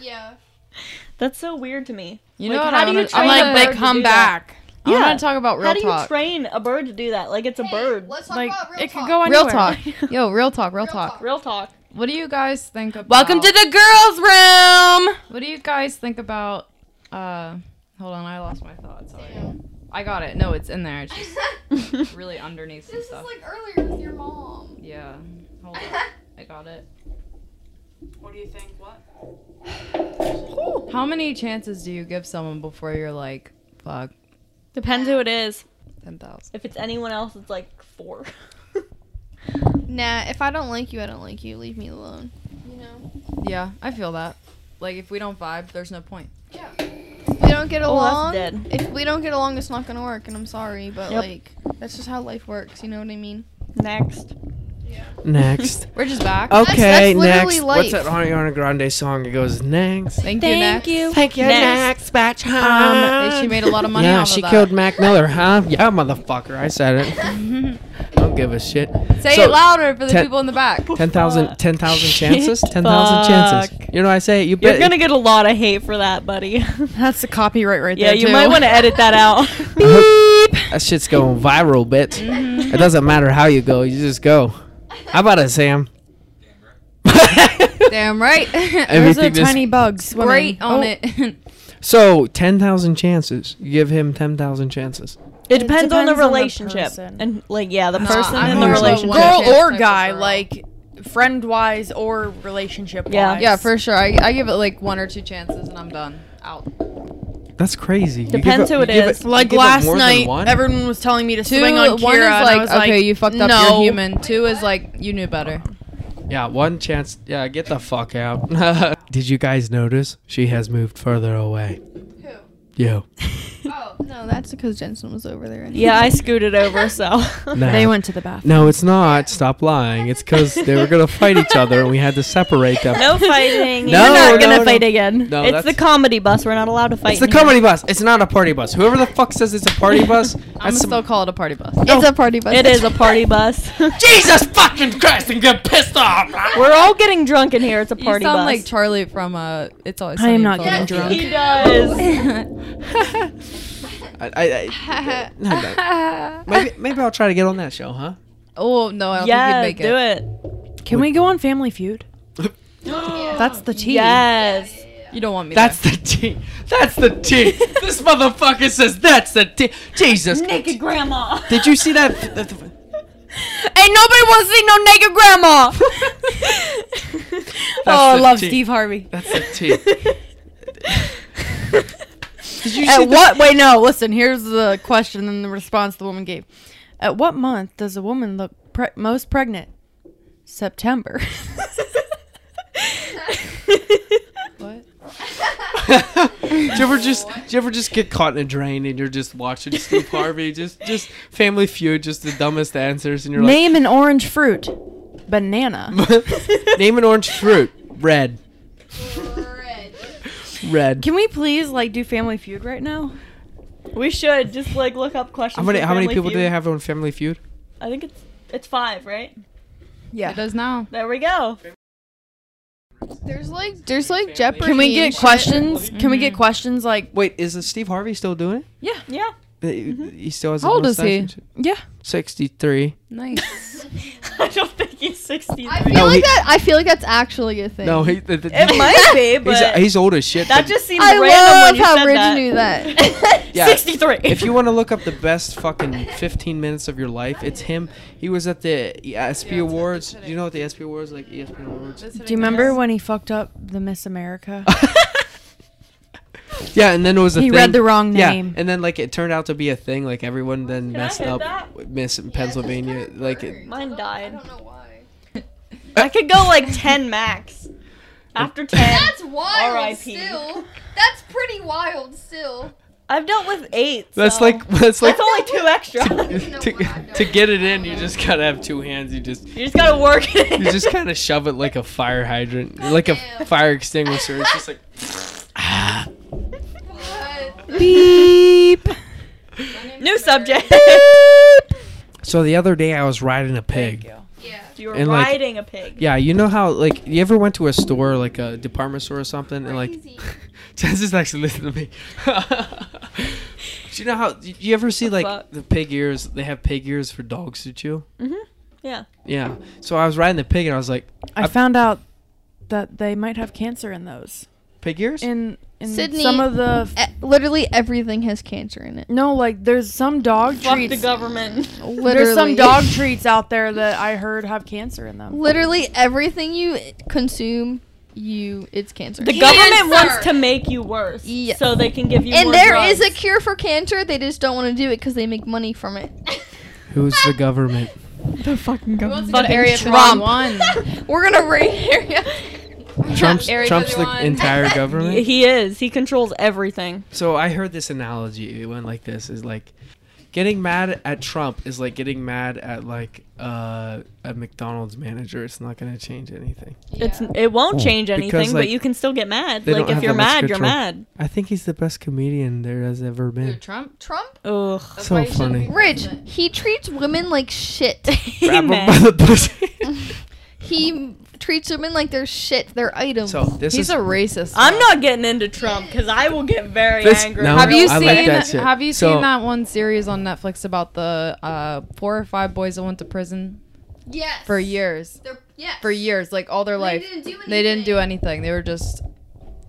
Yeah. That's so weird to me. You Like, know what how I do wanna, you I'm train like, a they bird to come do that? back. I Yeah. want to talk about real how do you talk. train a bird to do that? Like it's a bird. Let's talk Like about real it talk. could go anywhere. real talk. Yo, real talk. Real, Real talk. talk. Real talk. What do you guys think about? Welcome to the girls' room. What do you guys think about? Uh, hold on, I lost my thought. Sorry. I got it. No, it's in there. It's just really underneath some this is stuff. like earlier with your mom. yeah. Hold on. I got it. What do you think? What? How many chances do you give someone before you're like, fuck, Depends who it is. ten thousand? If it's anyone else, it's like four. Nah, if I don't like you, I don't like you. Leave me alone. You know. Yeah, I feel that. Like if we don't vibe, there's no point. If we don't get Oh, that's along. dead. if we don't get along, it's not gonna work, and I'm sorry, but Yep. like that's just how life works. You know what I mean? Next. next. We're just back. Okay, that's literally next. life. What's that Ariana Grande song? It goes next. Thank, you. Next. Thank you. Next. batch. Um, she made a lot of money. yeah, off she of that. killed Mac Miller, huh? Yeah, motherfucker. I said it. don't give a shit. Say So, it louder for the ten- people in the back. 10,000 Fuck. 10,000 Shit, chances? 10,000 chances. fuck. You know, I say it, you You're bet. gonna get a lot of hate for that, buddy. That's the copyright right yeah, there. you too. might want to edit that out. I hope- That shit's going viral, bitch. Mm-hmm. It doesn't matter how you go, you just go. How about it, Sam? Damn right. There's Everything a this- tiny bug swimming. Great on Oh, it. So ten thousand chances. You give him ten thousand chances. It depends, on the depends on the relationship person. and like yeah, the No, person I'm and the more so relationship. one- Oh, Girl or Relationship. guy, like friend wise or relationship wise. Yeah. Yeah, for sure. I, I give it like one or two chances and I'm done. Out. That's crazy. You give Depends who it you give is. you Like give up last more than night, one? everyone was telling me to Two, swing on Kira. one is and I like, was okay, you fucked up. no. You're human. Two is like, you knew better. yeah, one chance. Yeah, get the fuck out. Did you guys notice she has moved further away? Who? You. Oh no, that's because Jensen was over there. Anyway. yeah, I scooted over so. No. They went to the bathroom. No, it's not. Stop lying. It's because they were gonna fight each other, and we had to separate them. No fighting. No, You're not no, gonna no. fight again. No, it's that's- the comedy bus. We're not allowed to It's fight. the in here. comedy bus. It's not a party bus. Whoever the fuck says it's a party bus, I'm that's gonna some- still call it a party bus. It's a party bus. It is a party bus. Jesus fucking Christ and get pissed off. We're all getting drunk in here. It's a You party sound bus. like Charlie from uh, It's Always I am Sunny in not getting Philadelphia. drunk. he does. I, I, I, no, no. Maybe, maybe I'll try to get on that show, huh? Oh no, I don't Yeah, think you'd do make it. it. Can we go on Family Feud? That's the tea. Yes. You don't want me. That's the T. That's the T. this motherfucker says that's the T. Jesus. Naked grandma. Did you see that? that- Ain't nobody wants to see no naked grandma. oh, I the love tea. Steve Harvey. that's the T. Did you see At the- what? Wait, no. Listen, here's the question and the response the woman gave. At what month does a woman look pre- most pregnant? September. What? do you ever just do you ever just get caught in a drain and you're just watching Steve Harvey just just Family Feud just the dumbest answers and you're like Name an orange fruit. Banana. name an orange fruit red red Can we please like do Family Feud right now? we should just like look up questions. how many for how many Family people do Feud. they have on Family Feud I think it's it's five, right? It does now. There we go. There's like there's like Jeopardy. Can we and get shit. questions? Can we get questions like wait is uh, Steve Harvey still doing it Yeah. Uh, he still has How old is he? yeah? sixty three Nice. I don't think he's 63. I feel No, like he- that. I feel like that's actually a thing. no he the, the, it might be, he's, but he's old as shit that but- just seems I random love when you how said Ridge that. knew that. Yeah. 63. if you want to look up the best fucking 15 minutes of your life, it's him. He was at the ESP Awards. Do you know what the ESP Awards like? ESP Awards. Do you remember when he fucked up the Miss America? Yeah, and then it was a He thing. read the wrong yeah, name. and then like it turned out to be a thing. Like everyone then I messed hit up that? with Miss Pennsylvania. like it, Mine died. know why. I could go like 10 max. After 10. That's wild R.I.P.. still. That's pretty wild still. I've dealt with 8. that's so- like that's like That's only two extra. to, to get it in. You just gotta have two hands. You just you just gotta work it. you just kind of shove it like a fire hydrant, like a Goddamn. fire extinguisher. It's just like ah. What? Beep. New subject. so. The other day I was riding a pig. Yeah. you were And, like- riding a pig. Yeah, you know how like you ever went to a store like a department store or something and like Crazy. Jess is actually listening to me. Do you know how do you ever see like fuck? Mm-hmm. the pig ears? They have pig ears for dogs to chew. Yeah. Yeah. So I was riding the pig and I was like, I found out that they might have cancer in those. pig ears? In in Sydney- some of the E- literally everything has cancer in it. no, like there's some dog Fuck the treats. government. Literally. There's some dog treats out there that I heard have cancer in them. Literally everything you consume, you it's cancer. The Cancer! government wants to make you worse, Yeah. so they can give you. And more there drugs. is a cure for cancer. They just don't want to do it because they make money from it. Who's the government? Fucking area Trump. one. We're gonna raid area. Trump's Area Trump's the 51. entire government. He is. He controls everything. So I heard this analogy. It went like this: is like getting mad at Trump is like getting mad at like uh, a McDonald's manager. It's not going to change anything. It's it won't change anything, Oh, Because, but like, you can still get mad. they Like don't if have you're that much mad, you're control. mad. I think he's the best comedian there has ever been. Trump. Trump, Ugh. So funny. Rich, he treats women like shit. He Grab him mad. by the pussy. he treats women like they're shit. They're items. so this He's is a racist. I'm not getting into Trump because I will get very This- angry. no. Have you I seen? like that shit. Have you So- seen that one series on Netflix about the uh, four or five boys that went to prison yes. for years? They're, yes. For years, like all their life, didn't do they didn't do anything. anything. They were just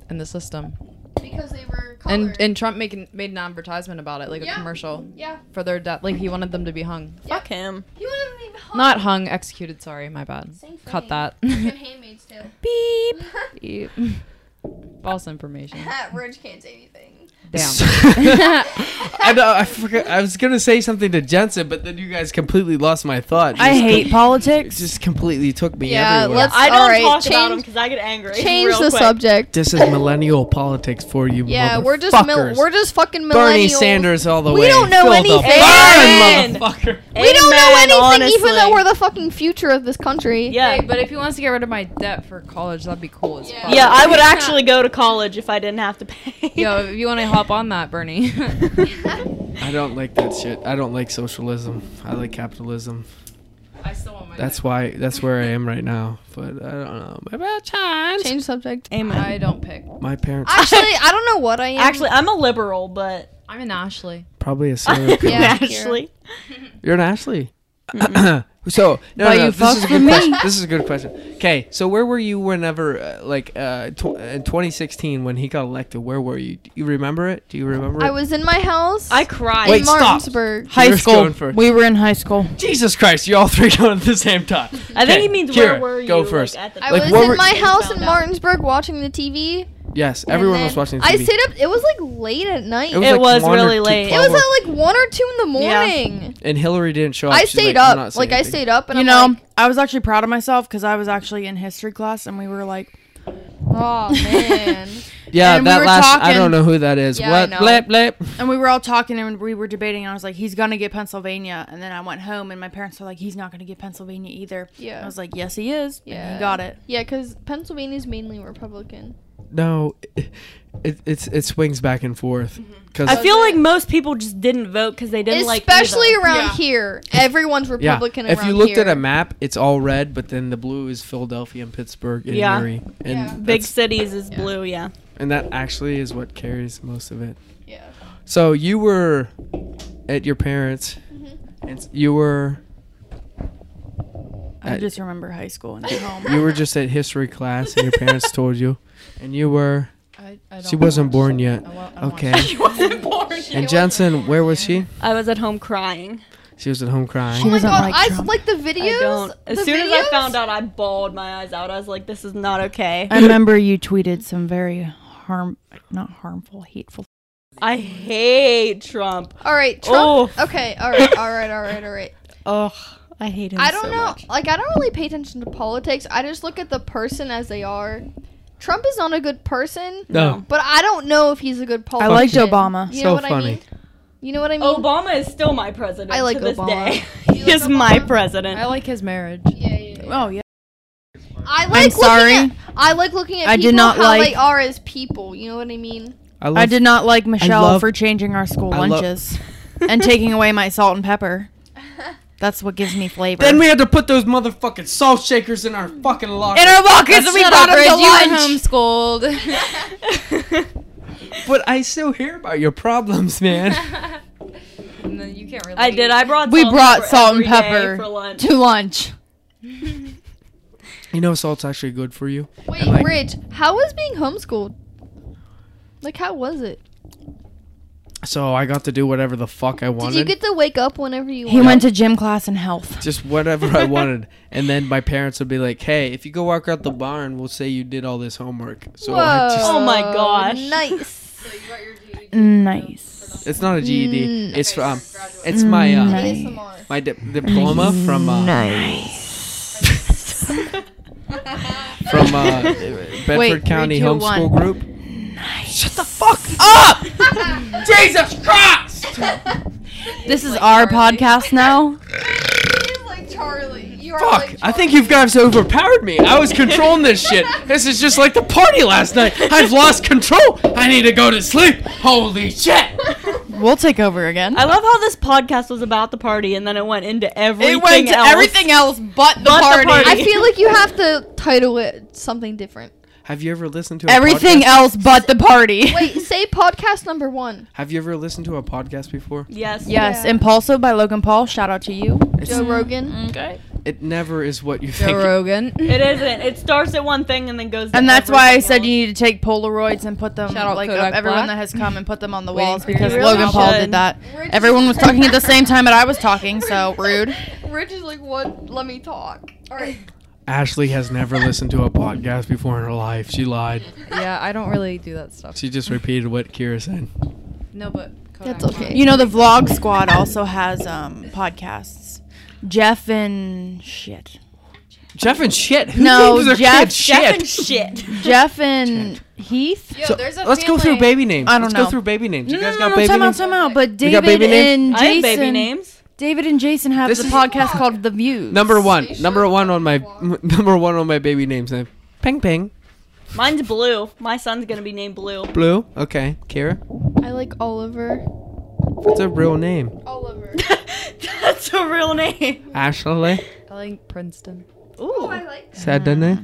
in the system. Because because they were colored. And and Trump making made an advertisement about it, like Yeah. a commercial yeah, for their death. Like he wanted them to be hung, Yeah. Fuck him. you wouldn't even hung. not hung, executed. Sorry, my bad. Same thing. Cut that. Fucking Handmaid's Tale. Beep. Beep. False information. Rich can't say anything. Damn. I know. uh, I forgot. I was gonna say something to Jensen, but then you guys completely lost my thought. I Just hate It politics. just completely took me Yeah, everywhere. let's- I don't All right, talk about him change- because I get angry. Change real the quick. subject. this is millennial politics for you. Yeah, we're just mil- motherfuckers. we're just fucking millennials. Bernie Sanders all the We way. don't Fill know the anything. barn, Amen. motherfucker. We don't know Amen, anything, even honestly. though we're the fucking future of this country. yeah. Hey, but if he wants to get rid of my debt for college, that'd be cool as Yeah. fuck. Yeah, I would actually go to college if I didn't have to pay. Yo, if you want to hop on that, Bernie. I don't like that shit. I don't like socialism. I like capitalism. I still want my That's why. That's where I am right now. But I don't know. Maybe I'll change. Change subject. Amen. I don't pick. My parents Actually, I don't know what I am. Actually, I'm a liberal, but I'm an Ashley. probably a serial killer. Yeah. actually, You're an Ashley. so no, no, But no, you this is a fucked good with question. me. This is a good question. Okay, so where were you whenever, uh, like, uh, tw- in 2016 when he got elected? Where were you? Do you remember it? Do you remember? I it? was in my house I in cried. Wait, stop. Martinsburg. High Yours school. going first. We were in high school. Jesus Christ! You all three going at the same time. I think Okay, he means Kira, where were you? Go first. Like, at the I Like, was what in were- my They house found in out. Martinsburg watching the TV. yes, and everyone then was watching. I TV. stayed up. It was like late at night. It was, It like, was one or really two- late. It twelve or- like one or two in the Yeah. morning. and Hillary didn't show up. I She's stayed like, "I'm not up. saying Like I anything." stayed up, and you I'm know, like, I was actually proud of myself because I was actually in history class and we were like, oh man. Yeah, and we that were last. I talking- don't know who that is. Yeah, I what? know. Blip blip. and we were all talking and we were debating. And I was like, he's gonna get Pennsylvania. And then I went home and my parents were like, he's not gonna get Pennsylvania either. Yeah. I was like, yes, he is. And Yeah. he got it. Yeah, because Pennsylvania's mainly Republican. No, it, it it's it swings back and forth because I feel like most people just didn't vote because they didn't like. Especially either. around Yeah. here, everyone's Yeah. Republican. if around you looked here. at a map, it's all red, but then the blue is Philadelphia and Pittsburgh and Yeah. Erie, and Yeah. big that's- cities is blue. Yeah. and that actually is what carries most of it. yeah. So you were at your parents, and s- you were I Uh, just remember high school and at home. you were just at history class, and your parents told you, and you were I, I she wasn't born yet. Okay, wasn't born. and Jensen, where was she? I was at home crying. She was at home crying. Oh my doesn't god, like I s- Trump. like the videos. I don't. As the soon as I videos? found out, I bawled my eyes out. I was like, "This is not okay." I remember you tweeted some very harm, not harmful, hateful. I hate Trump. All right, Trump. Okay, all right, all right, all right, all right. Ugh, I hate him. I don't so know. much. Like, I don't really pay attention to politics. I just look at the person as they are. Trump is not a good person, No. but I don't know if he's a good I politician. liked Obama. So You know what funny. I mean? You know what I mean? Obama is still my president. I like to this Obama. day. You he like is my Obama? president. I like his marriage. Yeah, yeah, yeah. Oh yeah. I like looking sorry. At, I like looking at I people did not how like- they are as people. You know what I mean? I, love, I did not like Michelle love- for changing our school I love- lunches and taking away my salt and pepper. That's what gives me flavor. Then we had to put those motherfucking salt shakers in our fucking locker. in our pockets and we Shut brought up, him to Bridge, you were lunch. homeschooled. But I still hear about your problems, man. and then you can't relate. I did. I brought. We salt and brought pepper salt and every day pepper. for lunch. To lunch. you know, salt's actually good for you. Wait, And, like- Rich, how was being homeschooled? Like, how was it? So I got to do whatever the fuck I wanted. Did you get to wake up whenever you He wanted? went to gym class and health. just whatever I wanted. And then my parents would be like, "Hey, if you go walk out the barn, we'll say you did all this homework." So I just, Oh my gosh. Nice. Nice. it's not a GED. Mm. It's um, it's my uh, Nice. ASMR. my di- diploma from uh, from uh, Bedford Wait, County three, two, Homeschool one. Group. Shut the fuck up! Jesus Christ! This is our podcast now. He's like Charlie. You are Fuck! I think you guys overpowered me. I was controlling this shit. This is just like the party last night. I've lost control. I need to go to sleep. Holy shit! We'll take over again. I love how this podcast was about the party, and then it went into everything. It went to else. everything else but But the the party. party. I feel like you have to title it something different. Have you ever listened to a Everything podcast? else but the party. Wait, say podcast number one. Have you ever listened to a podcast before? Yes. Yes, Yeah. Impulso by Logan Paul. Shout out to you. Joe Rogan. Okay. It never is what you Joe think. Rogan. It isn't. It starts at one thing and then goes. to And that's why I everything said else. you need to take Polaroids and put them Shout out like Kodak of everyone Black. that has come and put them on the Waiting walls for you. because You really Logan Paul should. did that. We're just- Everyone was talking at the same time that I was talking, so rude. We're just like, what? Let me talk. All right. Ashley has never listened to a podcast before in her life. She lied. Yeah, I don't really do that stuff. She just repeated what Kira said. No, but That's Kodak okay. You know the Vlog Squad also has um podcasts. Jeff and shit. Jeff and shit. Who No, names their Jeff- kids Jeff and shit. Jeff and Heath. Yo, So, there's a let's go through family- baby names. I don't let's know. go through baby names. You No, guys no, got no, baby time out, names? time out. But You got David baby and names? I have baby Jason. names. David and Jason have This the is- podcast called The Views. Number one. They Number should one on my fucking number one on my baby names. Name. Ping ping. Mine's blue. My son's gonna be named Blue. Blue. Okay. Kira. I like Oliver. What's a real name? Oliver. That's a real name. Ashley. I like Princeton. Oh, Ooh. I like. Mm. Saturday.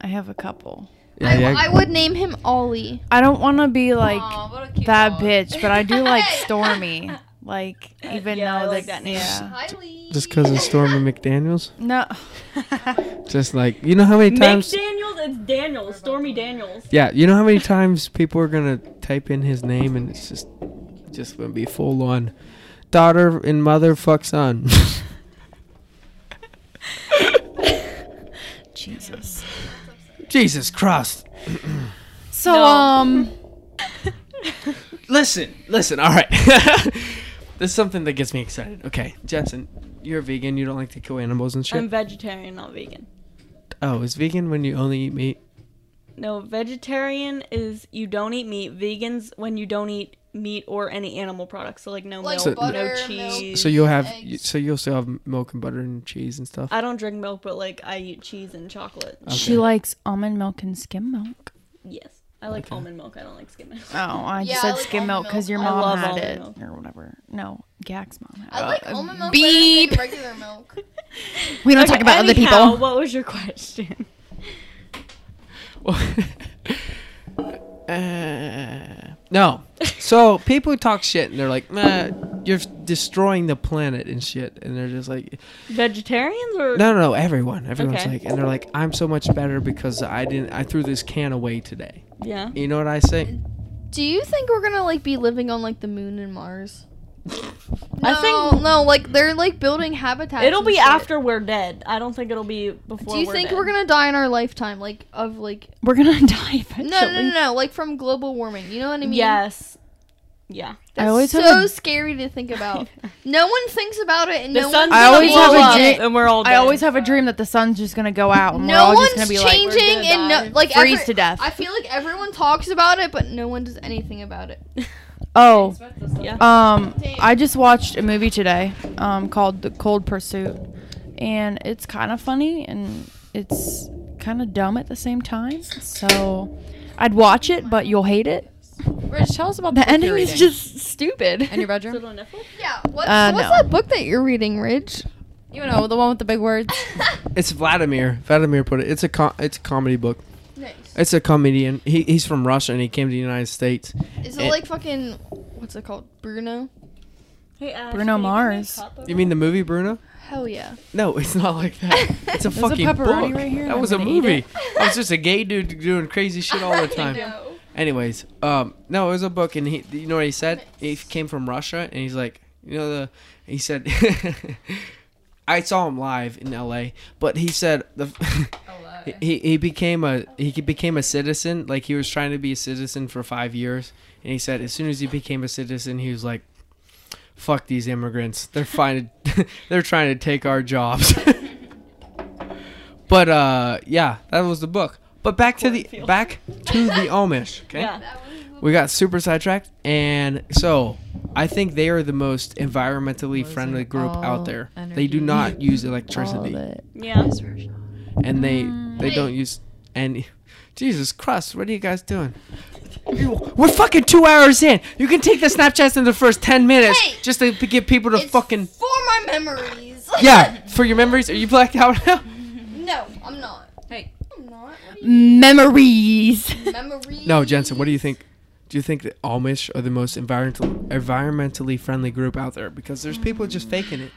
I have a couple. Yeah, yeah. I, I would name him Ollie. I don't want to be like Oh, that bitch, but I do like Hey! Stormy. Like Uh, even yeah, I though like the- that name. yeah. Kylie. Just because of Stormy McDaniels. No, Just like you know how many Mick times. Daniels. It's Daniels. Stormy Daniels. Yeah, you know how many times people are gonna type in his name and it's just, just gonna be full on, daughter and mother fuck son. Jesus. Jesus Christ! So No. um, Listen, listen. All right, this is something that gets me excited. Okay, Jensen, you're a vegan. You don't like to kill animals and shit. I'm vegetarian, not vegan. oh, is vegan when you only eat meat? No, vegetarian is you don't eat meat. Vegans when you don't eat meat or any animal products. So like no Like milk, So- butter, no cheese. So you'll have, Eggs. so you'll still have milk and butter and cheese and stuff. I don't drink milk, but like I eat cheese and chocolate. she likes almond milk and skim milk. Yes, I like almond milk. I don't like skim milk. Oh, I Yeah, just I said like skim almond milk because your milk. I mom love had almond it milk. or whatever. No, Gag's mom. Had I Uh, it. like almond milk. Beep. Beep. regular milk. We don't talk Uh, Okay, about other anyhow, people. What was your question? Uh, no. So people talk shit and they're like, nah, you're destroying the planet and shit. And they're just like, Vegetarians or no, no, no, everyone. Everyone's Okay. like, and they're like, I'm so much better because I didn't, I threw this can away today. yeah? You know what I say? Do you think we're gonna like be living on like the moon and Mars? I No, think- no, like they're like building habitats. It'll and be shit. after we're dead. I don't think it'll be before. Do you we're think dead. we're gonna die in our lifetime, like of like We're gonna die eventually. no, no, no, no, like from global warming? You know what I mean? Yes. Yeah. That's always have so a- scary to think about. no one thinks about it, and The no sun's one. I gonna always blow have a up gen- and we're all. I dead. always have a dream that the sun's just gonna go out and we're No all just one's gonna be like, changing, gonna and die. no, like Freeze every- to death. I feel like everyone talks about it, but no one does anything about it. oh, Yeah. Um, I just watched a movie today, um, called The Cold Pursuit, and it's kind of funny and it's kind of dumb at the same time. So, I'd watch it, but you'll hate it. Rich, tell us about The ending is just stupid. in your Is it bedroom. on Netflix? Yeah. What, Uh, what's no. that book that you're reading, Ridge? You know the one with the big words. It's Vladimir. Vladimir put it. It's a com- it's a comedy book. nice. It's a comedian. He, he's from Russia and he came to the United States. Is it, it- like fucking what's it called, Bruno? Hey, Ash, can Bruno you give me a Mars. cup of- You mean the movie Bruno? Hell yeah. No, it's not like that. It's a There's a fucking pepperoni book. right here, and that I'm was a gonna eat movie. That was just a gay dude doing crazy shit all the time. Anyways, um, no, it was a book, and he, you know what he said? He came from Russia, and he's like, you know, the, he said, I saw him live in L.A., but he said the, Oh, he he became a he became a citizen, like he was trying to be a citizen for five years, and he said as soon as he became a citizen, he was like, fuck these immigrants, they're fine, they're trying to take our jobs. but uh, yeah, that was the book. But back to the back to the Amish. Okay. Yeah. We got super sidetracked, and so I think they are the most environmentally friendly group all out there. They do energy. not use electricity, Yeah. and they they don't use any. Jesus Christ, what are you guys doing? You- We're fucking two hours in. You can take the Snapchats in the first ten minutes Hey! just to p- get people to It's fucking for my memories. yeah for your memories. Are you blacked out now? no, I'm not. Hey. I'm not. What Memories. are you- memories. No, Jensen, what do you think? Do you think the Amish are the most environmental, environmentally friendly group out there? Because there's people just faking it.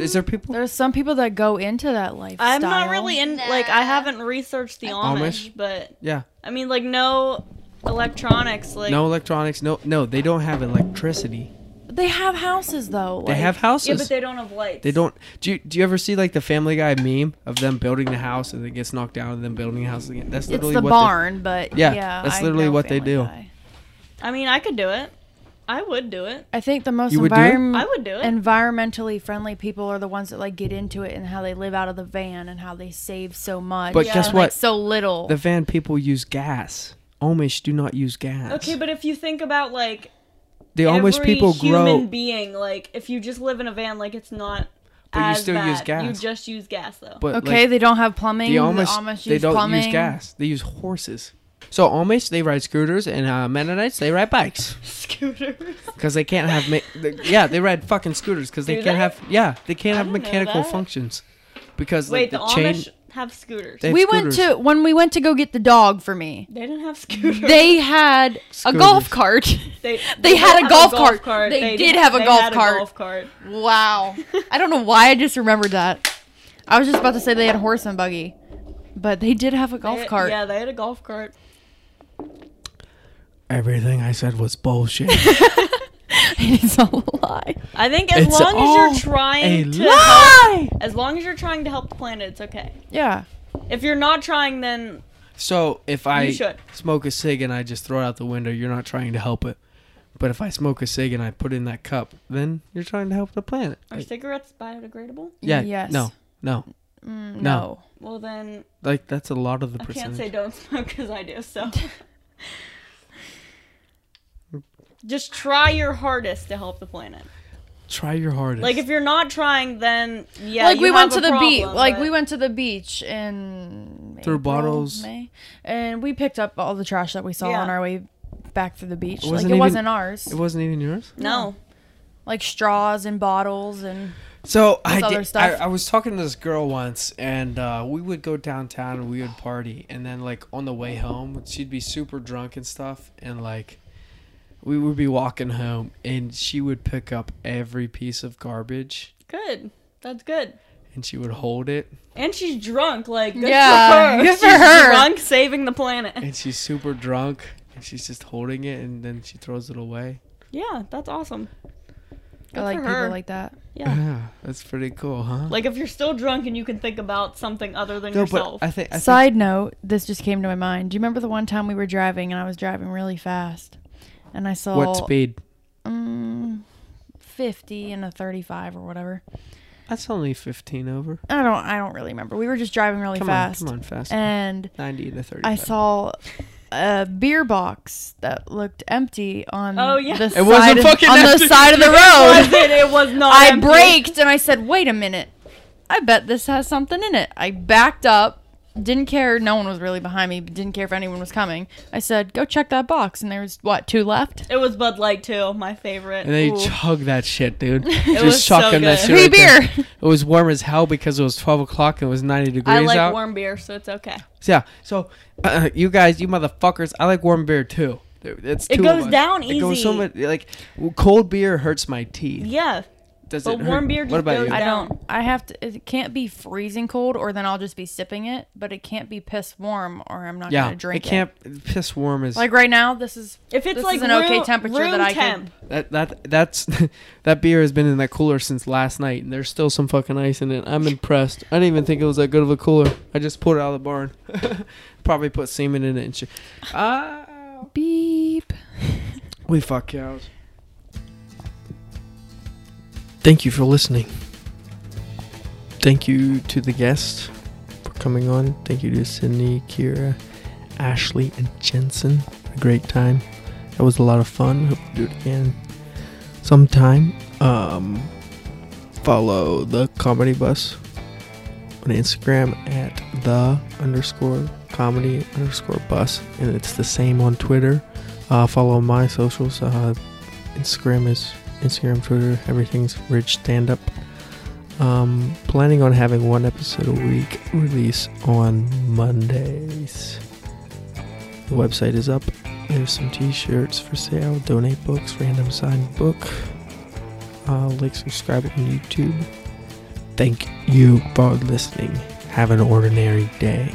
Is there people? There's some people that go into that lifestyle. I'm not really in like I Nah. haven't researched the Amish, but Yeah. I mean like no electronics like No electronics. No, no, they don't have electricity. They have houses though. They like- have Yeah, houses. but they don't have lights. They don't. Do you, do you ever see like the Family Guy meme of them building the house and it gets knocked down and then building a house again? That's It's literally the what barn, but Yeah, yeah, that's I literally know what they Family do. Guy. I mean, I could do it. I would do it. I think the most You would do it? envirom- I would do it. environmentally friendly people are the ones that like get into it and how they live out of the van and how they save so much. But guess and, what? Like, so little. They, the van people use gas. Amish do not use gas. Okay, but if you think about like the Amish every people human grow. being, like if you just live in a van, like it's not. But you as still bad. use gas. You just use gas though. but okay, like, they don't have plumbing. the Amish, they use don't plumbing. use gas. They use horses. So Amish they ride scooters and uh, Mennonites they ride bikes Scooters. because they can't have. Ma- the- yeah, they ride fucking scooters because they Do can't they? have. Yeah, they can't I have didn't know mechanical that. functions because Wait, like the, the, chain. Amish have scooters. they have We went scooters. to when we went to go get the dog for me. They didn't have scooters. They had a golf cart. they, they had did a have golf cart. They did have a they golf had cart. A golf cart. Wow. I don't know why I just remembered that. I was just about to say they had horse and buggy, but they did have a golf They- cart. Yeah, they had a golf cart. Everything I said was bullshit. it's all a lie. I think as It's long as all you're trying a to help, as long as you're trying to help the planet, it's okay. Yeah. If you're not trying, then So if I should. smoke a cig and I just throw it out the window, you're not trying to help it. But if I smoke a cig and I put it in that cup, then you're trying to help the planet. are Like, cigarettes biodegradable? yeah. Yes. No. No. Mm, No. no. Well, then Like that's a lot of the I can't percentage. say don't smoke because I do. So just try your hardest to help the planet. Try your hardest. Like if you're not trying, then yeah, like you we have went to a the beach. problem, Like but- we went to the beach in Through April, bottles. May, and we picked up all the trash that we saw Yeah. on our way back through the beach. It like wasn't it even- wasn't ours. it wasn't even yours. No, like straws and bottles and So I, other did- stuff. I I was talking to this girl once, and uh, we would go downtown and we would party, and then like on the way home, she'd be super drunk and stuff, and like we would be walking home, and she would pick up every piece of garbage, good. That's good. and she would hold it, And she's drunk. Like good Yeah, for her. good for she's her. drunk, saving the planet. and she's super drunk, and she's just holding it, and then she throws it away. Yeah, that's awesome. Good I like for people her. like that. yeah. Yeah, that's pretty cool, huh? Like if you're still drunk and you can think about something other than no, but yourself. I think I think Side note, this just came to my mind. Do you remember the one time we were driving and I was driving really fast, and I saw what speed? um, fifty and a thirty-five or whatever. That's only fifteen over. I don't. I don't really remember. We were just driving really Come fast, on, come on, fast. and Ninety to thirty. I saw a beer box that looked empty on Oh, yeah. the It side wasn't of, fucking on empty. the side of the was road. it? It was not. I empty. braked and I said, "Wait a minute. I bet this has something in it." I backed up. Didn't care. No one was really behind me. Didn't care if anyone was coming. I said, "Go check that box." And there was what two left? It was Bud Light too, my favorite. And they Ooh. chug that shit, dude. was Just so chucking that shit. good. Free right there. beer. It was warm as hell because it was 12 o'clock and it was 90 degrees I like out. warm beer, so it's okay. So, yeah. So, uh, you guys, you motherfuckers, I like warm beer too. There- It's It two goes of us. down It goes so easy. much. Like, w- cold beer hurts my teeth. Yeah, Does but it hurt? warm beer What just about goes you? I down. don't. I have to. It can't be freezing cold, or then I'll just be sipping it. But it can't be piss warm, or I'm not yeah. gonna drink it can't. Piss warm is Like right now, this is If it's This like is an okay room- temperature room that I could- temp, that. That that's that beer has been in that cooler since last night, and there's still some fucking ice in it. I'm impressed. I didn't even think it was that good of a cooler. I just pulled it out of the barn. Probably put semen in it and shit. Ah. beep. We fuck cows. Thank you for listening. Thank you to the guests for coming on. Thank you to Sydney, Kira, Ashley, and Jensen. A great time. That was a lot of fun. Hope to do it again sometime. Um, follow the comedy bus on Instagram at the underscore comedy underscore bus, and it's the same on Twitter. Uh, follow my socials. Uh, Instagram is Instagram, Twitter, everything's Rich Stand Up. Um, planning on having one episode a week release on Mondays. The website is up. There's some T-shirts for sale. Donate books, random signed book. Uh, like, subscribe on YouTube. Thank you for listening. Have an ordinary day.